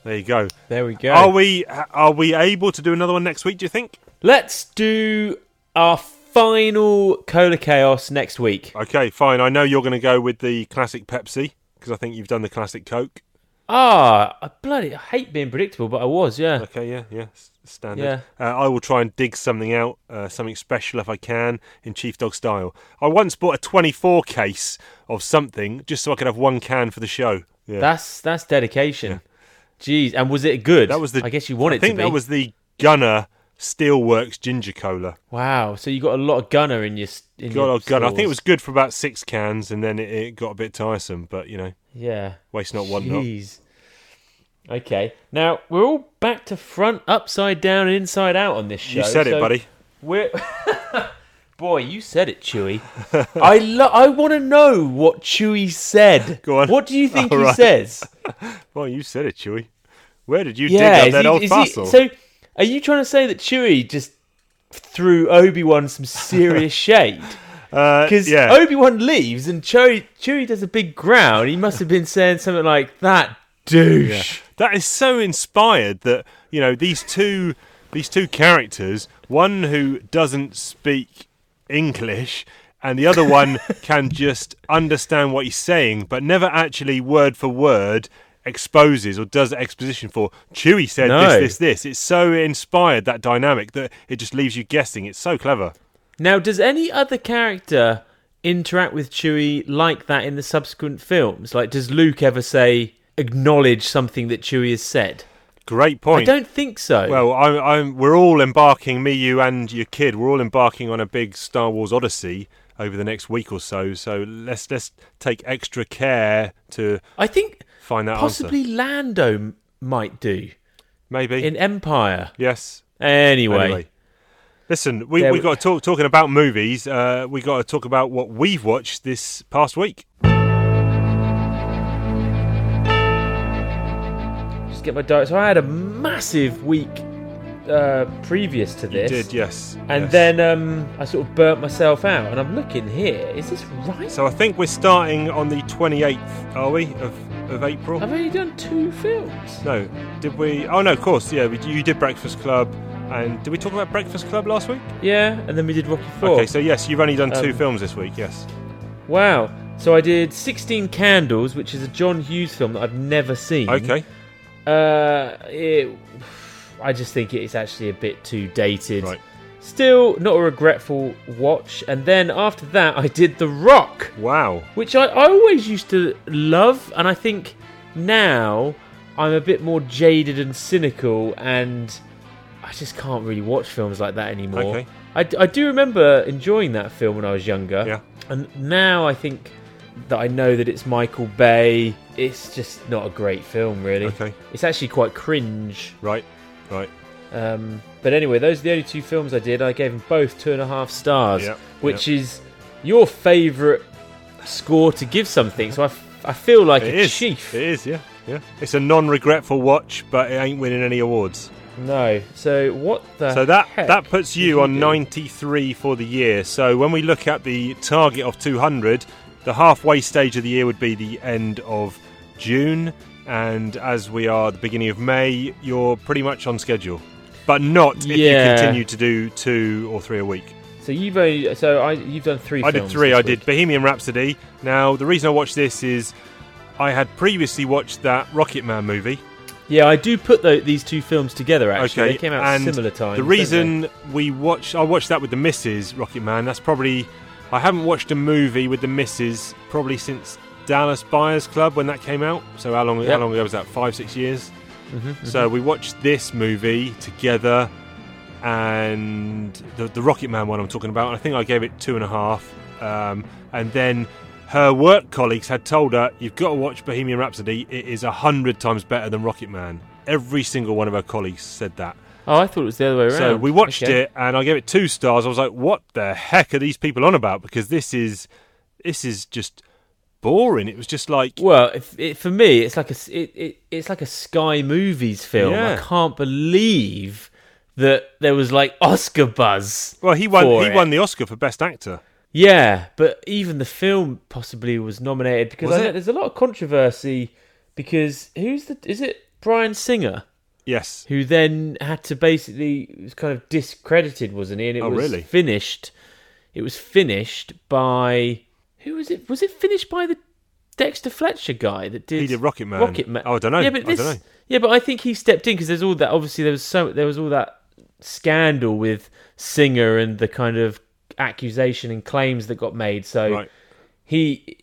S3: There you go.
S2: There we go.
S3: Are Oh, we are we able to do another one next week? Do you think?
S2: Let's do our final Cola Chaos next week.
S3: Okay, fine. I know you're going to go with the classic Pepsi because I think you've done the classic Coke.
S2: Ah, I bloody I hate being predictable, but I was, yeah.
S3: Okay, yeah, yeah. standard.
S2: Yeah.
S3: Uh, I will try and dig something out, uh, something special if I can, in Chief Dog style. I once bought a 24 case of something just so I could have one can for the show. Yeah.
S2: That's that's dedication. Jeez, and was it good?
S3: That was the.
S2: I guess you want
S3: I
S2: it
S3: think
S2: to be.
S3: that was the Gunner Steelworks Ginger Cola.
S2: Wow, so you got a lot of gunner in your s- in
S3: Got
S2: your
S3: old Gunner. I think it
S2: stores.
S3: was good for about six cans, and then it, it got a bit tiresome. But you know,
S2: yeah.
S3: waste not, one not.
S2: Jeez. Okay, now we're all back to front, upside down, and inside out on this show.
S3: You said
S2: so
S3: it, buddy.
S2: We're [LAUGHS] boy, you said it, Chewy. I lo- I want to know what Chewy said.
S3: [LAUGHS] Go on.
S2: What do you think
S3: All
S2: he
S3: right.
S2: says?
S3: Well, you said it, Chewy. Where did you
S2: yeah,
S3: dig up that old
S2: is he-
S3: fossil?
S2: so are you trying to say that Chewy just threw Obi Wan some
S3: [LAUGHS]
S2: serious shade?
S3: Uh,
S2: Because
S3: yeah.
S2: Obi Wan leaves and Chewie, Chewie does a big growl. and He must have been saying something like that douche.
S3: [LAUGHS] That is so inspired that you know these two these two characters, one who doesn't speak English and the
S2: [LAUGHS]
S3: other one can just understand what he's saying but never actually word for word exposes or does exposition for Chewie said
S2: No.
S3: this this this it's so inspired that dynamic that it just leaves you guessing it's so clever
S2: Now, does any other character interact with Chewie like that in the subsequent films? Like, does Luke ever say acknowledge something that Chewie has said?
S3: great
S2: I
S3: point
S2: don't think so.
S3: Well, I'm, I'm, we're all embarking, me, you, and your kid. We're all embarking on a big Star Wars odyssey over the next week or so. So let's let's take extra care to
S2: I think
S3: find that
S2: possibly
S3: answer.
S2: Lando m- might do
S3: Maybe
S2: in Empire.
S3: yes.
S2: Anyway,
S3: Anyway. Listen, we
S2: There
S3: we
S2: we-
S3: got to talk talking about movies. Uh, we got to talk about what we've watched this past week.
S2: just get my diet. So I had a massive week uh, previous to this.
S3: You did yes,
S2: And
S3: yes.
S2: then um, I sort of burnt myself out, and I'm looking here. Is this right?
S3: So I think we're starting on the 28th, are we, of of April?
S2: I've only done two films.
S3: No, did we? Oh no, of course, yeah. We, you did Breakfast Club, and did we talk about Breakfast Club last week?
S2: Yeah, and then we did Rocky Four.
S3: Okay, so yes, you've only done two
S2: Um,
S3: films this week. Yes,
S2: wow. So I did 16 Candles, which is a John Hughes film that I've never seen.
S3: okay,
S2: Uh, it, I just think it's actually a bit too dated.
S3: right.
S2: Still, not a regretful watch. And then after that, I did The Rock.
S3: Wow,
S2: which I, I always used to love, and I think now I'm a bit more jaded and cynical, and I just can't really watch films like that anymore.
S3: Okay.
S2: I, d- I do remember enjoying that film when I was younger,
S3: Yeah.
S2: and now I think that I know that it's Michael Bay. It's just not a great film, really.
S3: Okay.
S2: It's actually quite cringe.
S3: right, right.
S2: Um, but anyway, those are the only two films I did. I gave them both two and a half stars,
S3: Yep,
S2: which is your favourite score to give something. So I, f- I feel like
S3: It
S2: a
S3: is.
S2: chief.
S3: It is. Yeah, yeah. It's a non-regretful watch, but it ain't winning any awards.
S2: No. So what the?
S3: So that
S2: heck
S3: that puts
S2: did
S3: you on
S2: do?
S3: 93 for the year. So when we look at the target of 200, the halfway stage of the year would be the end of June, and as we are the beginning of May, you're pretty much on schedule. But not if
S2: Yeah.
S3: you continue to do two or three a week.
S2: So you've only, so I you've done three.
S3: I did
S2: films
S3: three.
S2: this
S3: I
S2: week.
S3: did Bohemian Rhapsody. Now, the reason I watched this is I had previously watched that Rocket Man movie.
S2: Yeah, I do put tho- these two films together. Actually,
S3: okay,
S2: they came out
S3: and
S2: similar times.
S3: The
S2: didn't
S3: reason we watched, I watched that with the Misses Rocket Man. That's probably I haven't watched a movie with the Misses probably since Dallas Buyers Club when that came out. So how long? How
S2: Yep.
S3: long ago was that? Five, six years. So we watched this movie together, and the the Rocket Man one I'm talking about. And I think I gave it two and a half. Um, and then her work colleagues had told her, "You've got to watch Bohemian Rhapsody. It is a hundred times better than Rocket Man." Every single one of her colleagues said that.
S2: they? Oh, I thought it was the other way around.
S3: So we watched
S2: Okay.
S3: it, and I gave it two stars. I was like, "What the heck are these people on about?" Because this is this is just boring. It was just like
S2: Well, if, it, for me, it's like a s- it, it, it's like a Sky Movies film.
S3: Yeah.
S2: I can't believe that there was like Oscar buzz.
S3: well, he won
S2: for
S3: he
S2: it.
S3: won the Oscar for best actor.
S2: Yeah, but even the film possibly was nominated because
S3: Was
S2: I know
S3: it?
S2: there's a lot of controversy because who's the is it Brian Singer
S3: Yes,
S2: who then had to basically it was kind of discredited, wasn't he? And it
S3: Oh,
S2: was
S3: really?
S2: finished. It was finished by who was it? Was it finished by the Dexter Fletcher guy that did
S3: He did Rocket Man.
S2: Rocket Man.
S3: Oh, I don't know.
S2: Yeah, but
S3: I
S2: this,
S3: don't know.
S2: yeah, but I think he stepped in because there's all that. Obviously, there was so there was all that scandal with Singer and the kind of accusation and claims that got made. So
S3: Right.
S2: he,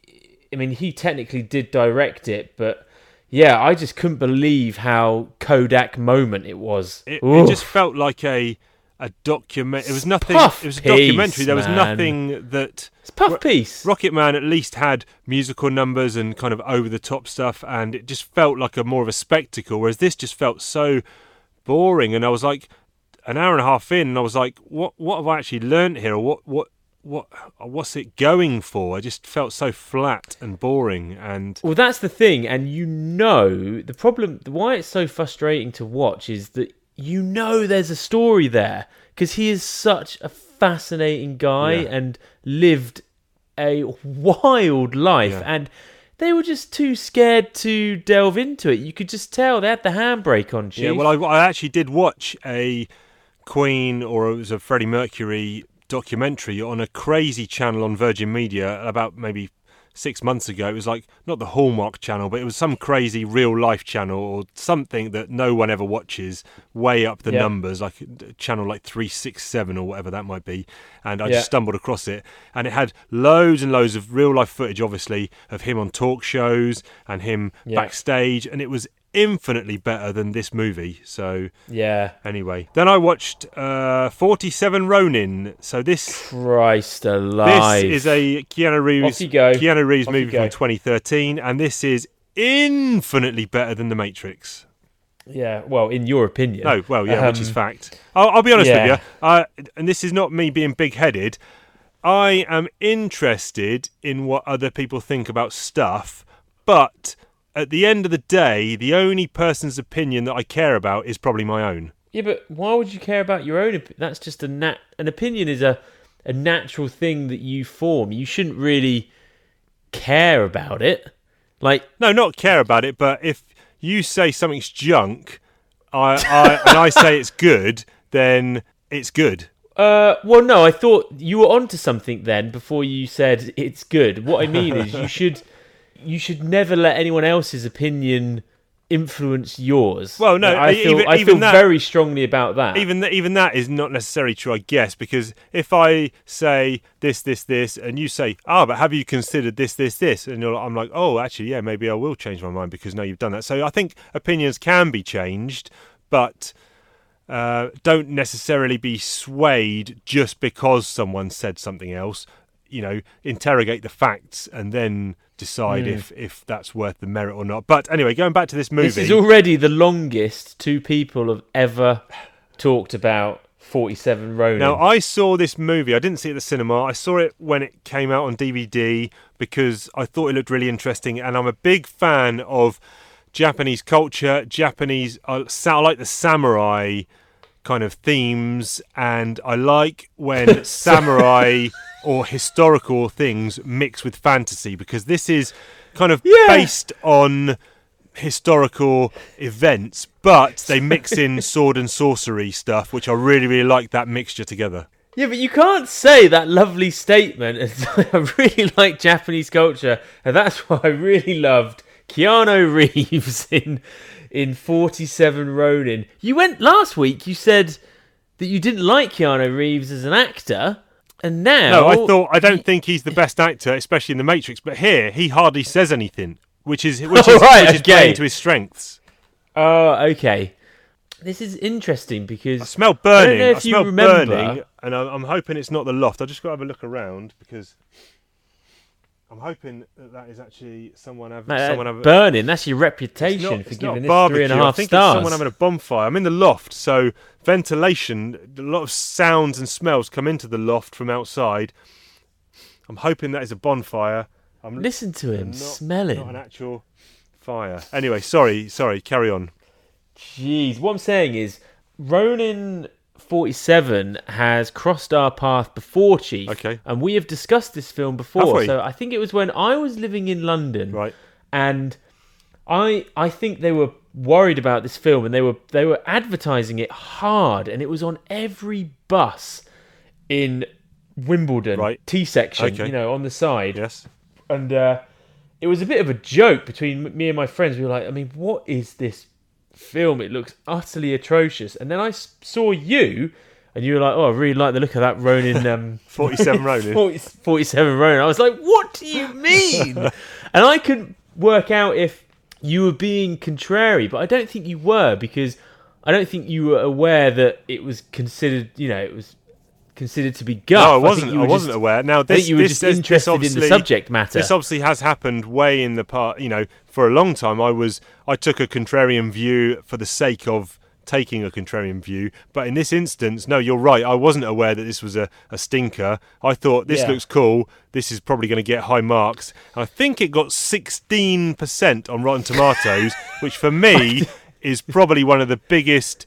S2: I mean, he technically did direct it, but yeah, I just couldn't believe how Kodak moment it was.
S3: It,
S2: Ooh.
S3: it just felt like a a document. It was nothing.
S2: Puff
S3: it was a
S2: piece,
S3: documentary. There was
S2: man.
S3: nothing that
S2: it's puff
S3: Ro-
S2: piece.
S3: Rocket Man at least had musical numbers and kind of over the top stuff, and it just felt like a more of a spectacle. Whereas this just felt so boring, and I was like, an hour and a half in, and I was like, what What have I actually learnt here? Or What What What What's it going for? I just felt so flat and boring, and
S2: Well, that's the thing, and you know the problem. Why it's so frustrating to watch is that you know there's a story there because he is such a fascinating guy
S3: Yeah.
S2: and lived a wild life,
S3: Yeah.
S2: and they were just too scared to delve into it. You could just tell they had the handbrake on. Chief.
S3: Yeah, well, I, I actually did watch a Queen or it was a Freddie Mercury documentary on a crazy channel on Virgin Media about maybe six months ago. It was like not the Hallmark channel, but it was some crazy real life channel or something that no one ever watches, way up the
S2: Yeah.
S3: numbers, like uh, channel like 367 or whatever that might be. And I
S2: Yeah.
S3: just stumbled across it. And it had loads and loads of real life footage, obviously, of him on talk shows and him
S2: Yeah.
S3: backstage. And it was infinitely better than this movie. So
S2: yeah.
S3: anyway, then I watched uh, 47 Ronin. So this
S2: Christ
S3: this
S2: alive!
S3: is a Keanu Reeves
S2: Off you go.
S3: Keanu Reeves
S2: Off you
S3: movie
S2: go.
S3: from 2013, and this is infinitely better than The Matrix.
S2: yeah. Well, in your opinion,
S3: No, well, yeah, which is
S2: Um,
S3: fact. I'll, I'll be honest
S2: yeah.
S3: with you, uh, and this is not me being big-headed. I am interested in what other people think about stuff, but at the end of the day, the only person's opinion that I care about is probably my own.
S2: Yeah, but why would you care about your own? Op- that's just a nat. An opinion is a a natural thing that you form. You shouldn't really care about it. Like,
S3: No, not care about it, but if you say something's junk, I, I and I say it's good, then it's good.
S2: uh, well, no, I thought you were onto something then before you said it's good. What I mean is, you should [LAUGHS] you should never let anyone else's opinion influence yours.
S3: Well, no,
S2: I
S3: e-
S2: feel
S3: even-
S2: I
S3: even
S2: feel
S3: that-
S2: very strongly about that.
S3: Even th- even that is not necessarily true, I guess, because if I say this, this, this, and you say, "Ah, but have you considered this, this, this?" and you're, I'm like, "Oh, actually, yeah, maybe I will change my mind because now you've done that." So I think opinions can be changed, but uh, don't necessarily be swayed just because someone said something else. You know, interrogate the facts and then decide
S2: Hmm.
S3: if if that's worth the merit or not. But anyway, going back to this movie,
S2: This is already the longest two people have ever talked about 47 Ronin.
S3: Now, I saw this movie. I didn't see it at the cinema. I saw it when it came out on DVD because I thought it looked really interesting. And I'm a big fan of Japanese culture, Japanese. I sa- I like the samurai kind of themes, and I like when samurai or historical things mix with fantasy because this is kind of based on historical events, but they
S2: [LAUGHS]
S3: mix in sword and sorcery stuff, which I really, really like that mixture together.
S2: Yeah, but you can't say that lovely statement. and [LAUGHS] say, I really like Japanese culture, and that's why I really loved Keanu Reeves [LAUGHS] in in Forty Seven Ronin. You went last week. You said that you didn't like Keanu Reeves as an actor, and now
S3: No, I thought I don't think he's the best actor, especially in The Matrix. But here, he hardly says anything, which
S2: [LAUGHS]
S3: is which is,
S2: Alright,
S3: which is
S2: okay.
S3: playing to his strengths.
S2: Oh, okay. This is interesting because
S3: I smell burning.
S2: I don't
S3: I,
S2: know if you
S3: smell
S2: remember.
S3: burning, and I'm, I'm hoping it's not the loft. I just got to have a look around because I'm hoping that that is actually someone having
S2: Mate, that
S3: someone having
S2: uh, burning. That's your
S3: It's
S2: reputation
S3: not-
S2: for
S3: it's not
S2: giving this
S3: barbecue.
S2: three and a half
S3: I think
S2: stars.
S3: it's someone having a bonfire. I'm in the loft, so ventilation, a lot of sounds and smells come into the loft from outside. I'm hoping that is a bonfire. I'm
S2: Listen to him
S3: not-
S2: smell
S3: Not an
S2: smelling.
S3: actual fire. Anyway, sorry, sorry. Carry on.
S2: Jeez, what I'm saying is, Ronin forty seven has crossed our path before, Chief.
S3: Okay.
S2: and we have discussed this film
S3: Have
S2: before.
S3: we?
S2: So I think it was when I was living in London,
S3: Right.
S2: and I I think they were worried about this film and they were they were advertising it hard and it was on every bus in Wimbledon
S3: Right.
S2: T section
S3: Okay.
S2: you know on the side
S3: Yes.
S2: and uh, it was a bit of a joke between m- me and my friends. We were like, I mean, what is this film? It looks utterly atrocious. And then I s- saw you, and you were like, oh, I really like the look of that Ronin.
S3: [LAUGHS]
S2: Um, [LAUGHS]
S3: 47 Ronin.
S2: 40 47 Ronin. I was like, what do you
S3: [LAUGHS]
S2: mean? and I couldn't work out if you were being contrary, but I don't think you were because I don't think you were aware that it was considered, you know, it was considered to be guff. Ah,
S3: No, I
S2: think
S3: wasn't.
S2: you
S3: I
S2: were
S3: wasn't
S2: just-
S3: aware. Now,
S2: I
S3: this,
S2: think you were
S3: this,
S2: just
S3: this- this
S2: interested in the
S3: obviously-
S2: subject matter.
S3: This obviously has happened way in the part. You know, for a long time, I was I took a contrarian view for the sake of taking a contrarian view. But in this instance, no, you're right. I wasn't aware that this was a, a stinker. I thought this
S2: Yeah.
S3: looks cool. This is probably going to get high marks. And I think it got 16 percent on
S2: [LAUGHS]
S3: Rotten Tomatoes, which for me is probably one of the biggest,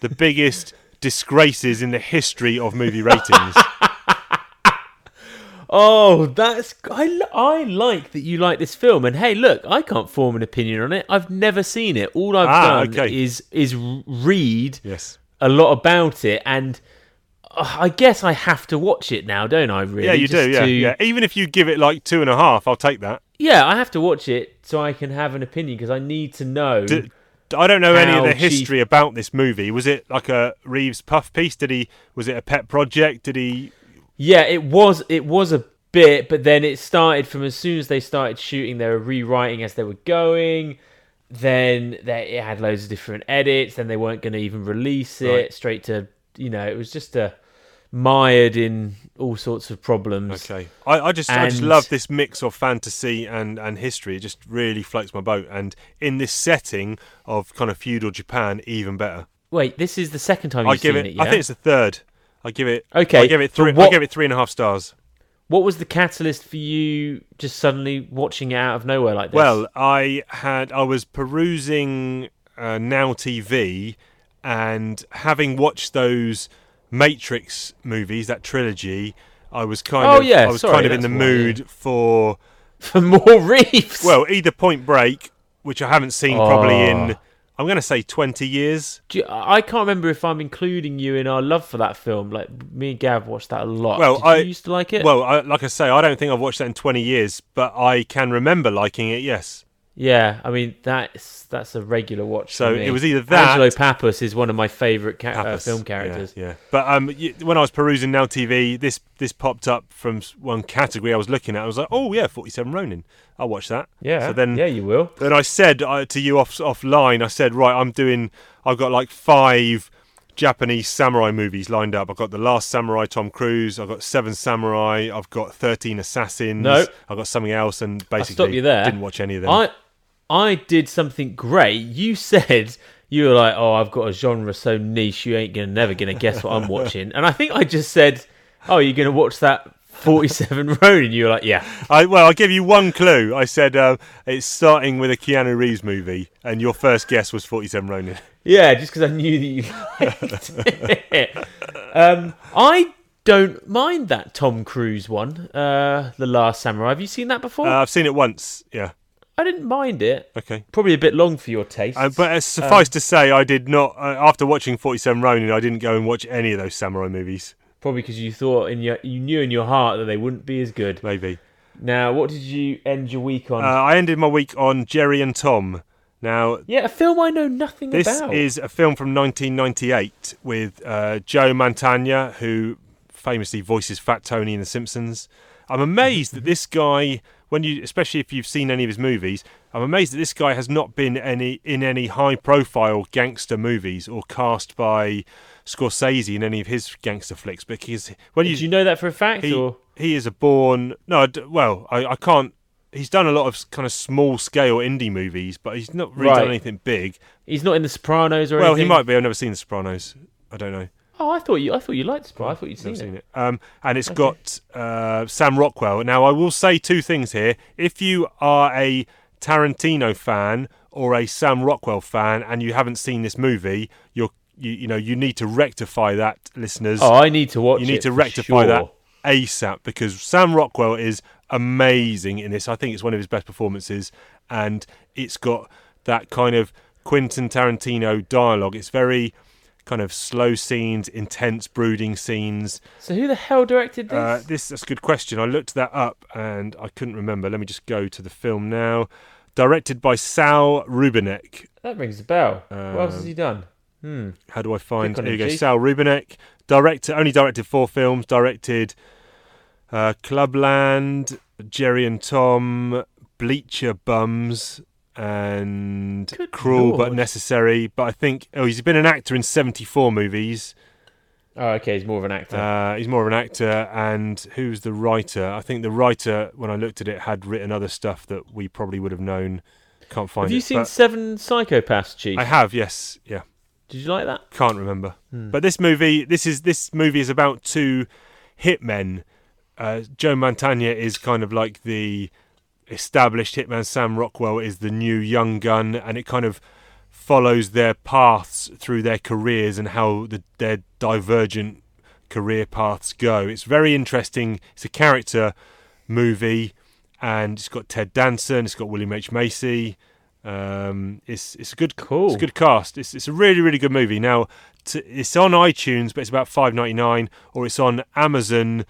S3: the biggest disgraces in the history of
S2: [LAUGHS]
S3: movie ratings.
S2: Oh, that's I, li- I like that you like this film. And hey, look, I can't form an opinion on it. I've never seen it. All I've
S3: Ah,
S2: done
S3: okay.
S2: is is read
S3: yes.
S2: a lot about it, and uh, I guess I have to watch it now, don't I? Really?
S3: Yeah, you
S2: Just
S3: do. Yeah,
S2: to-
S3: yeah. Even if you give it like two and a half, I'll take that.
S2: Yeah, I have to watch it so I can have an opinion because I need to know.
S3: D- d- I don't know any of
S2: How
S3: the
S2: cheap-
S3: history about this movie. Was it like a Reeves puff piece? Did he? Was it a pet project? Did he?
S2: Yeah, it was it was a bit, but then it started from as soon as they started shooting, they were rewriting as they were going. Then they, it had loads of different edits. Then they weren't going to even release it
S3: Right.
S2: straight to you know. It was just a mired in all sorts of problems.
S3: Okay, I, I just I just
S2: And-
S3: love this mix of fantasy and and history. It just really floats my boat. And in this setting of kind of feudal Japan, even better.
S2: Wait, this is the second time
S3: I
S2: you've
S3: give
S2: seen
S3: it.
S2: it. yeah?
S3: I think it's the third. I give it.
S2: Okay,
S3: I give it
S2: but
S3: three. I
S2: what-
S3: give it three and a half stars.
S2: what was the catalyst for you just suddenly watching it out of nowhere like this?
S3: Well, I had I was perusing uh, Now TV and having watched those Matrix movies, that trilogy, I was kind
S2: Oh,
S3: of
S2: yeah,
S3: I was
S2: sorry,
S3: kind of in the
S2: that's why, yeah.
S3: mood for
S2: [LAUGHS] for more [LAUGHS] Reeves.
S3: well, either Point Break, which I haven't seen probably
S2: Ah.
S3: in I'm going to say 20 years.
S2: Do you- I can't remember if I'm including you in our love for that film. Like me and Gav watched that a lot.
S3: Well,
S2: Did
S3: I
S2: you used to like it.
S3: Well, I, like I say, I don't think I've watched that in 20 years, but I can remember liking it. Yes.
S2: yeah. I mean, that's that's a regular watch.
S3: So
S2: for me.
S3: it was either that-
S2: Angelo Pappas is one of my favourite ca- uh,
S3: Pappas.
S2: film characters.
S3: Yeah, yeah. but um, y when I was perusing Now TV, this this popped up from s- one category I was looking at. I was like, oh yeah, Forty Seven Ronin. I'll watch that.
S2: Yeah.
S3: So then,
S2: yeah, you will.
S3: then I said uh, to you off offline. I said, right, I'm doing. I've got like five Japanese samurai movies lined up. I've got The Last Samurai, Tom Cruise. I've got Seven Samurai. I've got Thirteen Assassins.
S2: No.
S3: I've got something else, and basically
S2: I'll stop you there.
S3: didn't watch any of them.
S2: I I did something great. You [LAUGHS] said you were like, "Oh, I've got a genre so niche, you ain't gonna never gonna guess
S3: [LAUGHS]
S2: what I'm watching." and I think I just said, "Oh, you're gonna watch that 47 [LAUGHS] Ronin?" You were like, "Yeah."
S3: I, well, I'll give you one clue. I said uh, it's starting with a Keanu Reeves movie, and your first guess was 47 Ronin.
S2: Yeah, just because I knew that you [LAUGHS] liked it. Um, I don't mind that Tom Cruise one, uh, The Last Samurai. Have you seen that before?
S3: Uh, I've seen it once, yeah.
S2: I didn't mind it.
S3: Okay.
S2: Probably a bit long for your taste.
S3: Uh, but uh, suffice to say, I did not, uh, after watching 47 Ronin, I didn't go and watch any of those samurai movies,
S2: Probably because you thought in your, you knew in your heart that they wouldn't be as good.
S3: maybe.
S2: Now, what did you end your week
S3: Uh,
S2: on?
S3: I ended my week on Jerry and Tom. Now,
S2: yeah, a film I know nothing
S3: This
S2: about.
S3: is a film from 1998 with uh, Joe Mantegna, who famously voices Fat Tony in The Simpsons. I'm amazed
S2: Mm-hmm.
S3: that this guy, when you, especially if you've seen any of his movies, I'm amazed that this guy has not been any in any high-profile gangster movies or cast by Scorsese in any of his gangster flicks. Because when you,
S2: Did you know that for a fact?
S3: he,
S2: or
S3: he is a born no I d- well I, I can't he's done a lot of s- kind of small scale indie movies but he's not really
S2: Right.
S3: done anything big
S2: he's not in The Sopranos or
S3: well,
S2: anything?
S3: he might be. I've never seen The Sopranos. I don't know.
S2: Oh, I thought you. I thought you liked Sopranos. I thought you'd seen
S3: Never
S2: it.
S3: seen it. Um, and it's got uh, Sam Rockwell. Now, I will say two things here. If you are a Tarantino fan or a Sam Rockwell fan, and you haven't seen this movie, you're you, you know you need to rectify that, listeners.
S2: Oh, I need to watch.
S3: you need
S2: it
S3: to
S2: for
S3: rectify
S2: sure.
S3: that ASAP because Sam Rockwell is amazing in this. I think it's one of his best performances, and it's got that kind of Quentin Tarantino dialogue. It's very kind of slow scenes, intense brooding scenes.
S2: So who the hell directed this?
S3: Uh, this that's a good question. I looked that up and I couldn't remember. Let me just go to the film now. Directed by Sal Rubinek.
S2: that rings a bell. what else has
S3: um,
S2: he done? Hmm.
S3: How do I find?
S2: Click on
S3: There you
S2: it,
S3: go.
S2: G.
S3: Sal Rubinek. Director only directed four films. Directed uh, Clubland, Jerry and Tom, Bleacher Bums, and
S2: Good
S3: Cruel but
S2: lord.
S3: Necessary. But I think oh, he's been an actor in seventy-four movies.
S2: Oh, okay, he's more of an actor.
S3: Uh, he's more of an actor, and who's the writer? I think the writer, when I looked at it, had written other stuff that we probably would have known. Can't find
S2: have
S3: it.
S2: you seen
S3: but
S2: Seven Psychopaths, Chief?
S3: I have, yes, yeah.
S2: Did you like that?
S3: Can't remember. But this movie, this is this movie is about two hitmen. Uh, Joe Montagna is kind of like the established hitman. Sam Rockwell is the new young gun, and it kind of follows their paths through their careers and how the, their divergent career paths go. It's very interesting. It's a character movie, and it's got Ted Danson. It's got William H Macy. Um, it's it's a good
S2: Cool.
S3: It's a good cast. It's it's a really really good movie. Now t- it's on iTunes, but it's about five ninety nine, or it's on Amazon.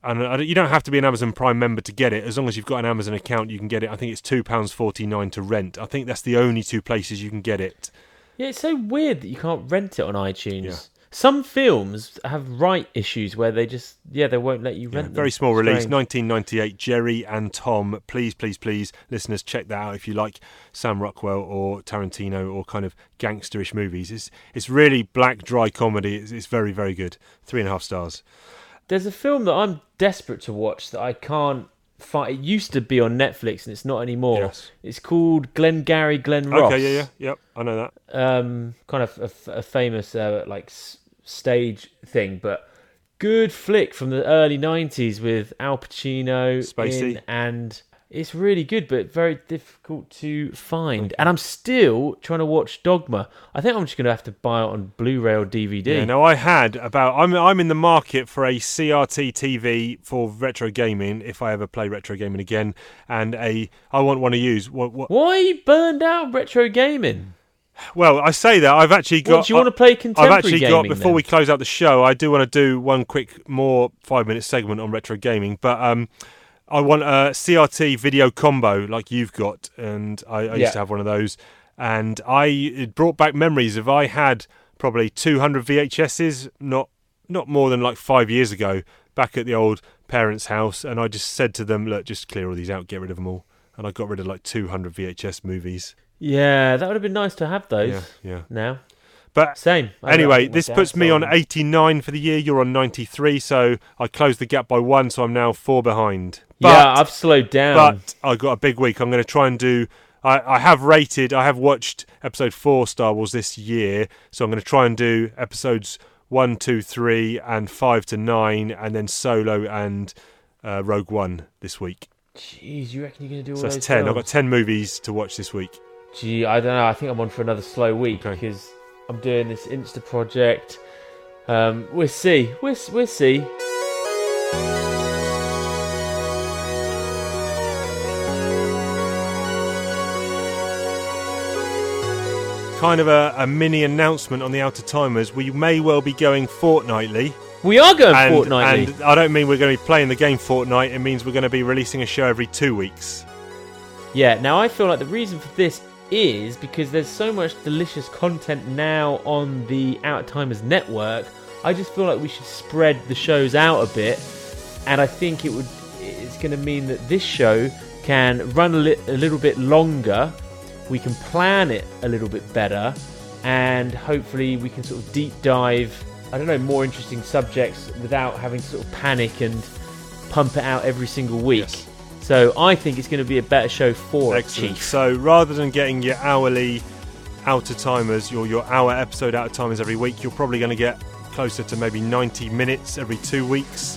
S3: And I don't- you don't have to be an Amazon Prime member to get it. As long as you've got an Amazon account, you can get it. I think it's two pounds forty nine to rent. I think that's the only two places you can get it.
S2: Yeah, it's so weird that you can't rent it on iTunes.
S3: Yeah.
S2: Some films have right issues where they just yeah they won't let you
S3: Yeah,
S2: rent. them.
S3: very small release,
S2: Strange.
S3: 1998. Jerry and Tom, please, please, please, listeners, check that out if you like Sam Rockwell or Tarantino or kind of gangsterish movies. It's it's really black dry comedy. It's, it's very very good. Three and a half stars.
S2: There's a film that I'm desperate to watch that I can't find. It used to be on Netflix and it's not anymore.
S3: Yes.
S2: It's called Glengarry Glen Ross.
S3: Okay, yeah, yeah, yep, I know that.
S2: um, kind of a f- a, famous uh, like s- stage thing, but good flick from the early '90s with Al Pacino,
S3: Spacey.
S2: in, and it's really good, but very difficult to find. And I'm still trying to watch Dogma. I think I'm just gonna have to buy it on Blu-ray or DVD.
S3: Yeah, now I had about I'm I'm in the market for a CRT TV for retro gaming if I ever play retro gaming again, and a I want one to use. What, what,
S2: Why are you burned out retro gaming?
S3: well, I say that I've actually got.
S2: What, do you want to play contemporary
S3: I've actually got
S2: gaming
S3: before
S2: then?
S3: we close out the show. I do want to do one quick, more five-minute segment on retro gaming, but um, I want a CRT video combo like you've got, and I, I
S2: Yeah.
S3: used to have one of those, and I it brought back memories of I had probably 200 VHSs, not not more than like five years ago, back at the old parents' house, and I just said to them, "Look, just clear all these out, get rid of them all," and I got rid of like 200 VHS movies.
S2: Yeah, that would have been nice to have those.
S3: Yeah, yeah,
S2: Now,
S3: but
S2: same. I don't
S3: Anyway,
S2: think my
S3: this
S2: dad's
S3: puts me
S2: old.
S3: on 89 for the year. You're on 93, so I closed the gap by one, so I'm now four behind. But,
S2: yeah, I've slowed down.
S3: but I got a big week. I'm going to try and do. I, I have rated. I have watched episode four Star Wars this year, so I'm going to try and do episodes one, two, three, and five to nine, and then Solo and uh, Rogue One this week.
S2: Jeez, you reckon you're gonna do all
S3: So that's
S2: those
S3: ten. I've got
S2: films?
S3: ten movies to watch this week.
S2: Gee, I don't know. I think I'm on for another slow week
S3: Okay.
S2: because I'm doing this Insta project. Um, we'll see. We'll, s- we'll see.
S3: Kind of a, a mini announcement on the Outer Timers. We may well be going fortnightly.
S2: We are going
S3: and,
S2: fortnightly.
S3: and I don't mean we're going to be playing the game Fortnite. It means we're going to be releasing a show every two weeks.
S2: Yeah, now I feel like the reason for this is because there's so much delicious content now on the Out of Timers network. I just feel like we should spread the shows out a bit, and I think it would. It's going to mean that this show can run a, li- a little bit longer. We can plan it a little bit better, and hopefully we can sort of deep dive. I don't know more interesting subjects without having to sort of panic and pump it out every single week.
S3: Yes.
S2: So I think it's going to be a better show for it,
S3: Excellent.
S2: Chief.
S3: So rather than getting your hourly outer timers, your your hour episode outer timers every week, you're probably going to get closer to maybe 90 minutes every two weeks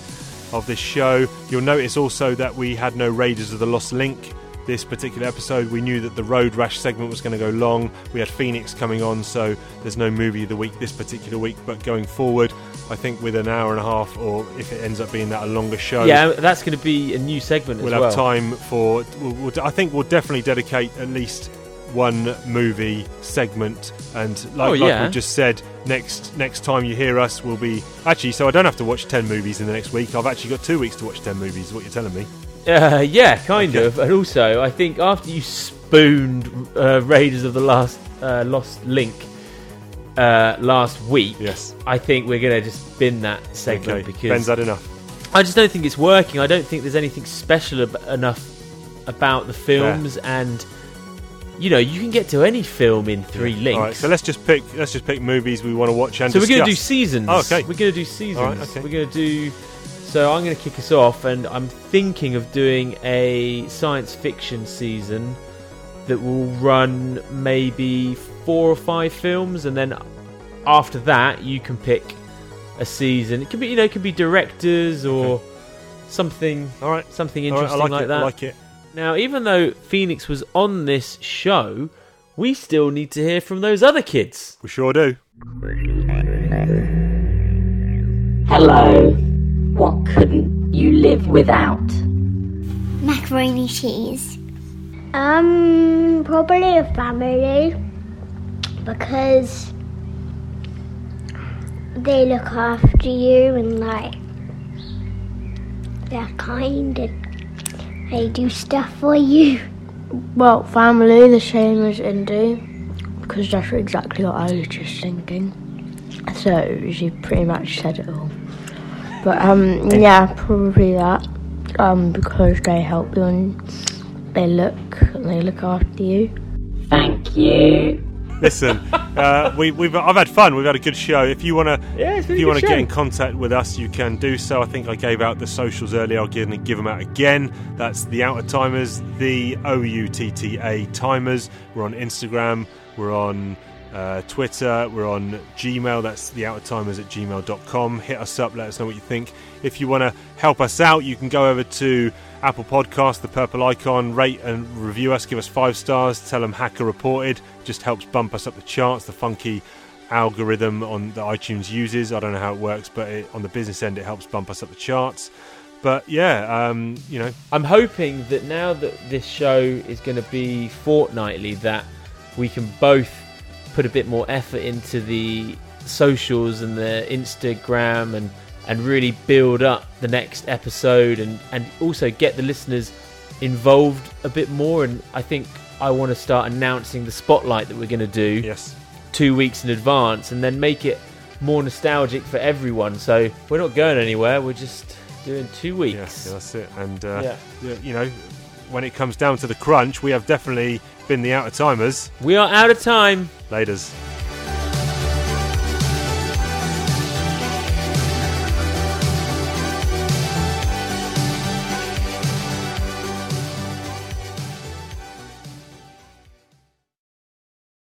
S3: of this show. You'll notice also that we had no Raiders of the Lost Link this particular episode. We knew that the Road Rash segment was going to go long. We had Phoenix coming on, so there's no movie of the week this particular week. But going forward, I think with an hour and a half, or if it ends up being that a longer show,
S2: Yeah, that's going to be a new segment
S3: we'll
S2: as
S3: have
S2: well.
S3: time for. We'll, we'll, I think we'll definitely dedicate at least one movie segment. And like,
S2: Oh,
S3: like
S2: yeah.
S3: we just said, next next time you hear us, will be actually. So I don't have to watch ten movies in the next week. I've actually got two weeks to watch ten movies. Is what you're telling me?
S2: Uh, [LAUGHS] yeah, kind
S3: Okay.
S2: of. And also, I think after you spooned uh, Raiders of the Last uh, Lost Link uh, last week,
S3: Yes.
S2: I think we're gonna just bin that segment
S3: okay.
S2: because
S3: Ben's had enough.
S2: I just don't think it's working. I don't think there's anything special ab- enough about the films, and you know, you can get to any film in three links.
S3: All right. So let's just pick. Let's just pick movies we want to watch and
S2: So we're going to do
S3: discuss.
S2: seasons.
S3: Oh, okay.
S2: We're going to do seasons.
S3: All right, okay.
S2: We're going to do. So I'm going to kick us off, and I'm thinking of doing a science fiction season that will run maybe four or five films, and then after that you can pick a season. It could be, you know, it could be directors or something,
S3: All right.
S2: something
S3: All right,
S2: interesting
S3: I like,
S2: like
S3: it.
S2: that.
S3: I like it.
S2: Now, even though Phoenix was on this show, we still need to hear from those other kids.
S3: We sure do.
S7: Hello. What couldn't you live without?
S5: Macaroni cheese.
S8: Um, probably a family because they look after you and like they're kind and they do stuff for you.
S5: Well, family, the same as Indy, because that's exactly what I was just thinking. So she pretty much said it all. But um, yeah, probably that. Um, because they help you and they look and they look after you.
S7: Thank you.
S3: Listen, [LAUGHS] uh, we, we've I've had fun. We've had a good show. If you want to,
S2: Yeah, it's been
S3: if
S2: a
S3: you
S2: good
S3: want to
S2: show.
S3: get in contact with us, you can do so. I think I gave out the socials earlier. I'll give, give them out again. That's the Outer Timers, the O U T T A Timers. We're on Instagram. We're on uh, Twitter. We're on Gmail. That's the Outer Timers at gmail.com. Hit us up. Let us know what you think. If you want to help us out, you can go over to Apple Podcast, the purple icon, rate and review us. Give us five stars. Tell them Hacker reported. Just helps bump us up the charts. The funky algorithm on that iTunes uses. I don't know how it works, but it, on the business end, it helps bump us up the charts. But yeah, um, you know,
S2: I'm hoping that now that this show is going to be fortnightly, that we can both put a bit more effort into the socials and the Instagram and and really build up the next episode and and also get the listeners involved a bit more. And I think I want to start announcing the spotlight that we're going to do
S3: yes,
S2: two weeks in advance and then make it more nostalgic for everyone. So we're not going anywhere. We're just doing two weeks.
S3: yes, that's it. And uh,
S2: Yeah.
S3: yeah, you know, when it comes down to the crunch, we have definitely been the outer timers.
S2: We are out of time.
S3: Later's.